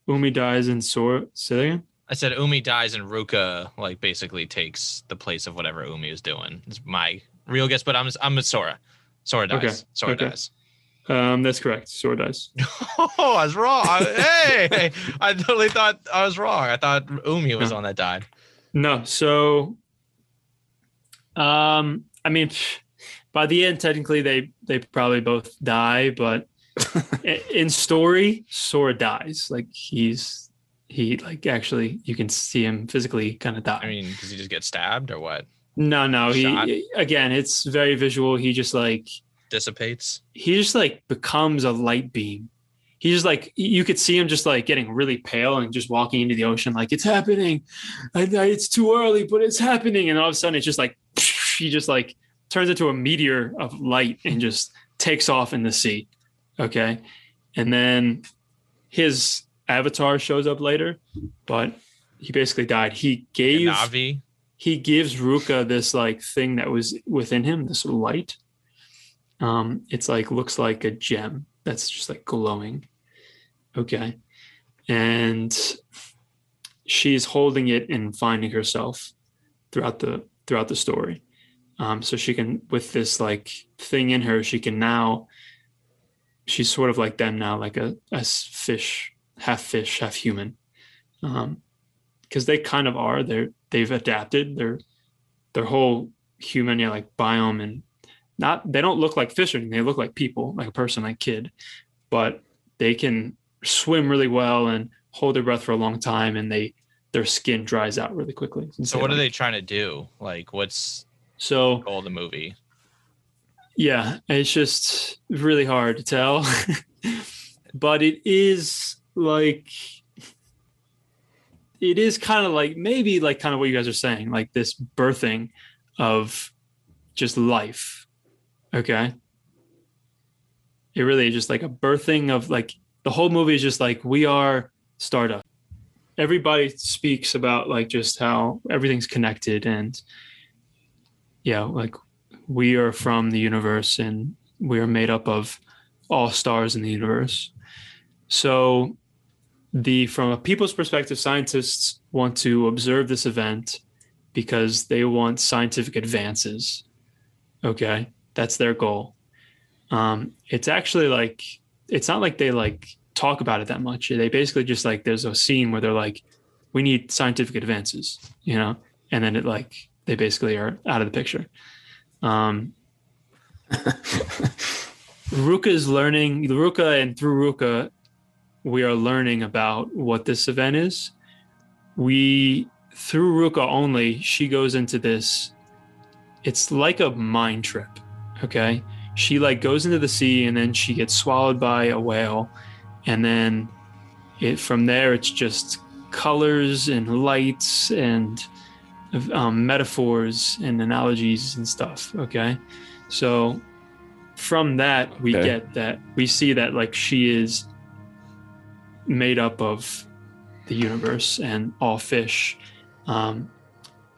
Speaker 2: Umi dies and Sora. Say that again?
Speaker 1: I said Umi dies and Ruka like basically takes the place of whatever Umi is doing. It's my real guess, but I'm I'm with Sora. Sora dies.
Speaker 2: Okay,
Speaker 1: Sora
Speaker 2: okay.
Speaker 1: dies.
Speaker 2: Um, that's correct. Sora dies.
Speaker 1: Oh, I was wrong. I, hey, I totally thought I was wrong. I thought Umi was
Speaker 2: Huh.
Speaker 1: on that died.
Speaker 2: No, so um I mean pff, by the end technically they they probably both die, but I- in story, Sora dies. Like he's he like actually you can see him physically kind of die.
Speaker 1: I mean, does he just get stabbed or what?
Speaker 2: no, no. He
Speaker 1: shot.
Speaker 2: again, it's very visual. He just like
Speaker 1: Dissipates.
Speaker 2: he just like becomes a light beam. He just like you could see him just like getting really pale and just walking into the ocean like it's happening. I, I- it's too early, but it's happening. And all of a sudden, it's just like he just like turns into a meteor of light and just takes off in the sea. Okay, and then his avatar shows up later, but he basically died. He
Speaker 1: And
Speaker 2: gave
Speaker 1: Navi.
Speaker 2: he gives Ruka this like thing that was within him, this light. Um, it's like looks like a gem that's just like glowing. Okay. And she's holding it and finding herself throughout the throughout the story. Um, so she can with this like thing in her, she can now she's sort of like them now, like a, a s- fish, half fish, half human. Um, because they kind of are. They're they've adapted their their whole human yeah, like biome and not they don't look like fish or anything. They look like people, like a person, like kid, but they can swim really well and hold their breath for a long time, and they their skin dries out really quickly.
Speaker 1: So what are they trying to do? Like, what's
Speaker 2: So
Speaker 1: the goal of the movie?
Speaker 2: yeah, it's just really hard to tell, but it is like it is kind of like maybe like kind of what you guys are saying, like this birthing of just life. Okay. It really is just like a birthing of like the whole movie is just like we are startup. Everybody speaks about like just how everything's connected and yeah, like we are from the universe and we are made up of all stars in the universe. So the from a people's perspective, scientists want to observe this event because they want scientific advances. Okay, that's their goal. Um, it's actually like it's not like they like talk about it that much. They basically just like there's a scene where they're like, we need scientific advances, you know, and then it like they basically are out of the picture. Um, Ruka is learning Ruka, and through Ruka, we are learning about what this event is. We through Ruka only, she goes into this. It's like a mind trip. Okay, she like goes into the sea, and then she gets swallowed by a whale, and then it from there it's just colors and lights and um, metaphors and analogies and stuff. Okay. So from that, we
Speaker 3: Okay.
Speaker 2: get that we see that like she is made up of the universe and all fish. Um,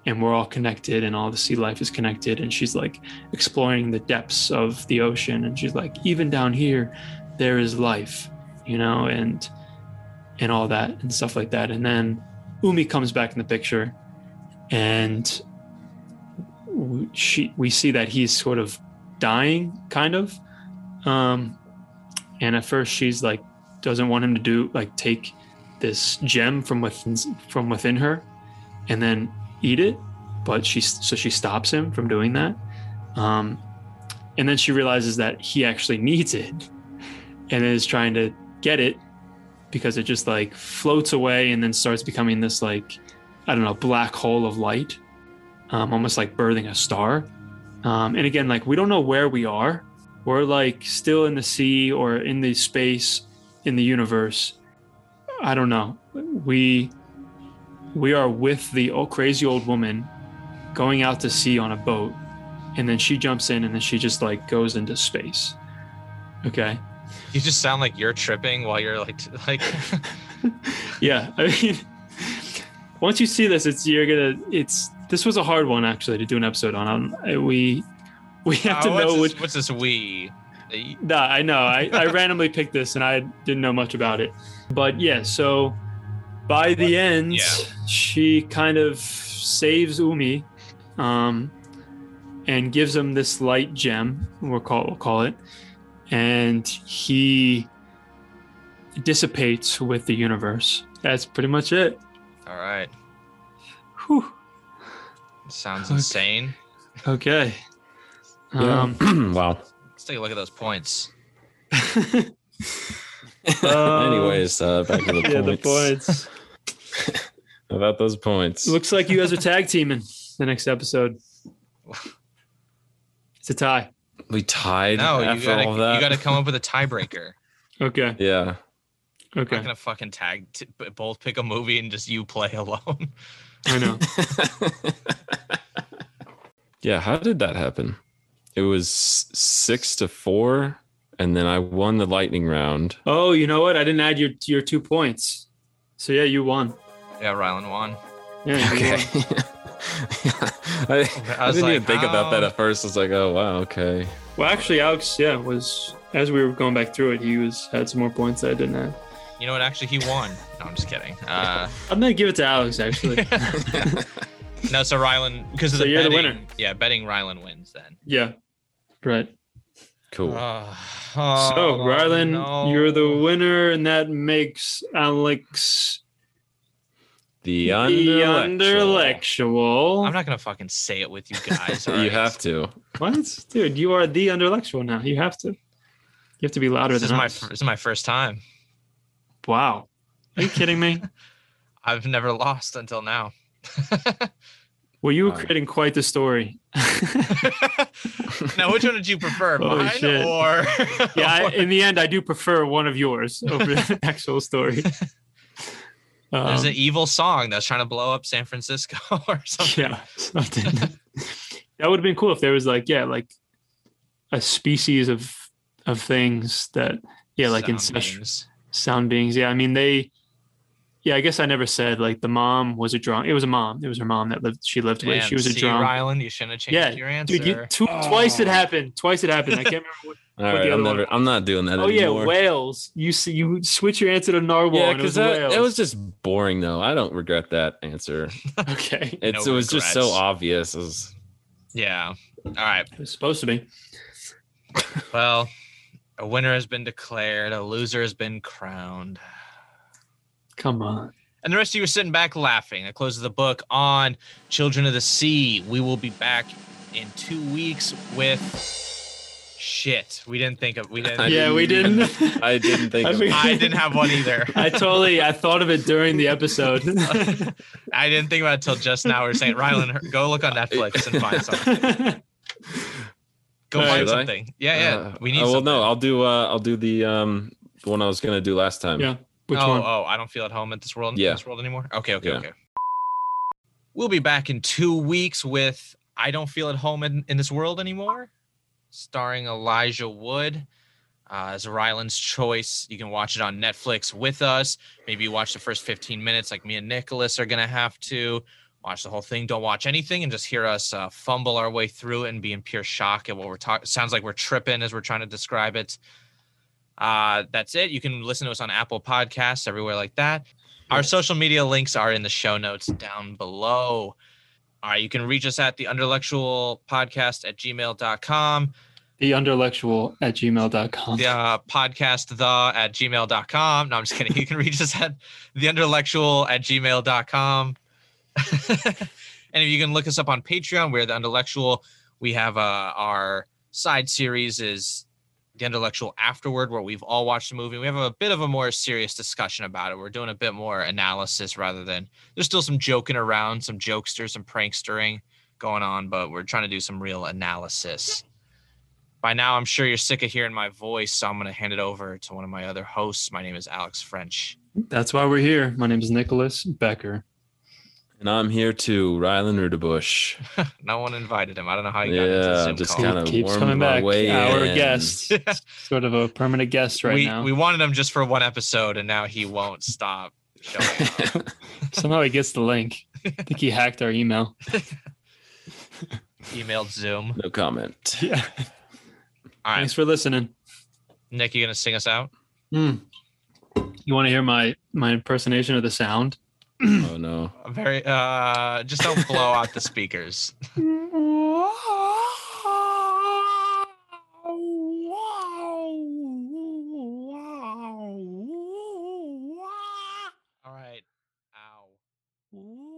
Speaker 2: and we're all connected and all the sea life is connected. And she's like exploring the depths of the ocean. And she's like, even down here, there is life, you know, and, and all that and stuff like that. And then Umi comes back in the picture and w- she we see that he's sort of dying kind of um and at first she's like doesn't want him to do like take this gem from within from within her and then eat it but she so she stops him from doing that um and then she realizes that he actually needs it and is trying to get it because it just like floats away and then starts becoming this like I don't know, black hole of light, um, almost like birthing a star. Um, and again, like we don't know where we are. We're like still in the sea or in the space in the universe. I don't know. We we are with the old, crazy old woman going out to sea on a boat, and then she jumps in and then she just like goes into space. Okay.
Speaker 1: You just sound like you're tripping while you're like, t- like "Oh,
Speaker 2: yeah, I mean, once you see this, it's you're gonna. It's this was a hard one actually to do an episode on. Um, we we have
Speaker 1: Oh,
Speaker 2: to
Speaker 1: what's
Speaker 2: know which.
Speaker 1: this, what's this we? The-
Speaker 2: Nah, I know. I, I randomly picked this and I didn't know much about it. But yeah, so by the end,
Speaker 1: Yeah.
Speaker 2: she kind of saves Umi um, and gives him this light gem, we'll call, we'll call it. And he dissipates with the universe. That's pretty much it.
Speaker 1: All right,
Speaker 2: Whew.
Speaker 1: sounds
Speaker 2: Okay.
Speaker 1: insane.
Speaker 2: Okay. Um,
Speaker 3: Um, wow.
Speaker 1: Let's take a look at those points.
Speaker 2: Um,
Speaker 3: Anyways, uh, back to the
Speaker 2: yeah, the
Speaker 3: points.
Speaker 2: points.
Speaker 3: About those points.
Speaker 2: Looks like you guys are tag teaming the next episode. It's a tie.
Speaker 3: we tied
Speaker 1: No,
Speaker 3: after
Speaker 1: you gotta
Speaker 3: all that.
Speaker 1: you gotta come up with a tiebreaker.
Speaker 2: Okay.
Speaker 3: yeah.
Speaker 1: I'm not
Speaker 2: Okay.
Speaker 1: gonna fucking tag t- b- both pick a movie and just you play alone.
Speaker 2: I know.
Speaker 3: Yeah, how did that happen? It was s- six to four, and then I won the lightning round.
Speaker 2: Oh, you know what? I didn't add your your two points. So yeah, you won.
Speaker 1: yeah, Rylan won.
Speaker 2: Yeah, you won.
Speaker 3: I, I
Speaker 1: was
Speaker 3: didn't
Speaker 1: like,
Speaker 3: even think about that
Speaker 1: how?
Speaker 3: at first. I was like, oh, wow, okay.
Speaker 2: Well, actually, Alex, yeah, was as we were going back through it, he was had some more points that I didn't have.
Speaker 1: You know what? Actually, he won. No, I'm just kidding. Uh,
Speaker 2: I'm gonna give it to Alex actually.
Speaker 1: no, so Rylan because of
Speaker 2: So
Speaker 1: the
Speaker 2: you're the
Speaker 1: betting.
Speaker 2: winner.
Speaker 1: Yeah, betting Rylan wins then.
Speaker 2: yeah, right.
Speaker 3: Cool.
Speaker 1: Uh,
Speaker 2: so
Speaker 1: oh,
Speaker 2: Rylan,
Speaker 1: no.
Speaker 2: you're the winner, and that makes Alex
Speaker 3: the
Speaker 2: the
Speaker 3: underlectual.
Speaker 2: underlectual.
Speaker 1: I'm not gonna fucking say it with you guys. all
Speaker 3: You
Speaker 1: right?
Speaker 3: have to.
Speaker 2: What, dude? You are the underlectual now. You have to. You have to be louder
Speaker 1: This is
Speaker 2: than
Speaker 1: my
Speaker 2: us.
Speaker 1: fir- this is my first time.
Speaker 2: wow. Are you kidding me?
Speaker 1: I've never lost until now.
Speaker 2: Well, you were
Speaker 3: Wow.
Speaker 2: creating quite the story.
Speaker 1: now, which one did you prefer,
Speaker 2: Holy
Speaker 1: mine
Speaker 2: shit.
Speaker 1: or?
Speaker 2: yeah, I, in the end, I do prefer one of yours over the actual story. Um,
Speaker 1: There's an evil song that's trying to blow up San Francisco or something.
Speaker 2: yeah, something. that would have been cool if there was like, yeah, like a species of of things that, yeah, like
Speaker 1: Sound
Speaker 2: incestuous
Speaker 1: names.
Speaker 2: sound beings. Yeah, I mean they. Yeah, I guess I never said like the mom was a drunk. It was a mom. It was her mom that lived. She lived with.
Speaker 1: Damn,
Speaker 2: She was a
Speaker 1: see,
Speaker 2: drunk.
Speaker 1: Rylan, you shouldn't have changed
Speaker 2: Yeah,
Speaker 1: your answer.
Speaker 2: Dude, you, two, twice it happened. Twice it happened. I can't remember. What,
Speaker 3: All
Speaker 2: But the
Speaker 3: right,
Speaker 2: other
Speaker 3: I'm,
Speaker 2: one-
Speaker 3: never, I'm not doing that
Speaker 2: oh yeah,
Speaker 3: anymore.
Speaker 2: whales. You see, you switch your answer to narwhal.
Speaker 3: yeah,
Speaker 2: and it
Speaker 3: because
Speaker 2: was
Speaker 3: that,
Speaker 2: whales.
Speaker 3: that was just boring, though. I don't regret that answer.
Speaker 2: okay.
Speaker 3: It's,
Speaker 1: No
Speaker 3: it was just so
Speaker 1: regrets.
Speaker 3: obvious. It was-
Speaker 1: yeah. All right.
Speaker 2: It was supposed to be.
Speaker 1: Well, a winner has been declared. A loser has been crowned.
Speaker 2: Come on.
Speaker 1: And the rest of you are sitting back laughing. That closes the book on Children of the Sea. We will be back in two weeks with shit. We didn't think of we didn't.
Speaker 3: I
Speaker 2: yeah, we
Speaker 3: didn't-
Speaker 2: didn't.
Speaker 3: I didn't think
Speaker 2: I
Speaker 3: of
Speaker 2: mean-
Speaker 1: I didn't have one either.
Speaker 2: I totally. I thought of it during the episode.
Speaker 1: I didn't think about it till just now. We are saying, Rylan, go look on Netflix and find something. Go
Speaker 2: Should
Speaker 1: find
Speaker 3: I?
Speaker 1: something. Yeah, yeah.
Speaker 3: Uh,
Speaker 1: we need.
Speaker 3: oh, well,
Speaker 1: something.
Speaker 3: no, I'll do. Uh, I'll do the um the one I was gonna do last time.
Speaker 2: yeah. Which
Speaker 1: oh,
Speaker 2: one?
Speaker 1: oh, I don't feel at home at this world.
Speaker 3: Yeah.
Speaker 1: This world anymore. Okay, okay,
Speaker 3: Yeah.
Speaker 1: okay. We'll be back in two weeks with "I Don't Feel at Home in, in This World Anymore," starring Elijah Wood uh, as Rylan's choice. You can watch it on Netflix with us. Maybe you watch the first 15 minutes, like me and Nicholas are gonna have to watch the whole thing. Don't watch anything and just hear us uh, fumble our way through it and be in pure shock at what we're talking. Sounds like we're tripping as we're trying to describe it. Uh, that's it. You can listen to us on Apple Podcasts, everywhere like that. Our social media links are in the show notes down below. All right, you can reach us at the underlectual podcast at gmail.com,
Speaker 2: The underlectual at gmail.com.
Speaker 1: the uh, podcast the at gmail.com. No, I'm just kidding. You can reach us at the underlectual at gmail.com. and if you can look us up on Patreon, we're the underlectual. We have uh, our side series is the intellectual afterward where we've all watched the movie we have a bit of a more serious discussion about it we're doing a bit more analysis rather than there's still some joking around some jokester some prankstering going on but we're trying to do some real analysis by now i'm sure you're sick of hearing my voice so i'm going to hand it over to one of my other hosts my name is alex french
Speaker 2: That's why we're here. My name is Nicholas Becker.
Speaker 3: And I'm here too, Rylan Rudabush.
Speaker 1: no one invited him i don't know how he got into the
Speaker 3: Yeah,
Speaker 1: zoom
Speaker 3: just
Speaker 1: call
Speaker 3: kind of warmed my way
Speaker 2: Our
Speaker 3: in.
Speaker 2: guest, sort of a permanent guest right
Speaker 1: we,
Speaker 2: now.
Speaker 1: we wanted him just for one episode and now he won't stop showing up.
Speaker 2: Somehow he gets the link. I think he hacked our email.
Speaker 1: emailed zoom
Speaker 3: No comment.
Speaker 2: Yeah.
Speaker 1: all right
Speaker 2: Thanks for listening.
Speaker 1: nick you gonna sing us out
Speaker 2: Hmm. You want to hear my my impersonation of the sound?
Speaker 3: Oh no.
Speaker 1: A very uh just don't blow out the speakers all right ow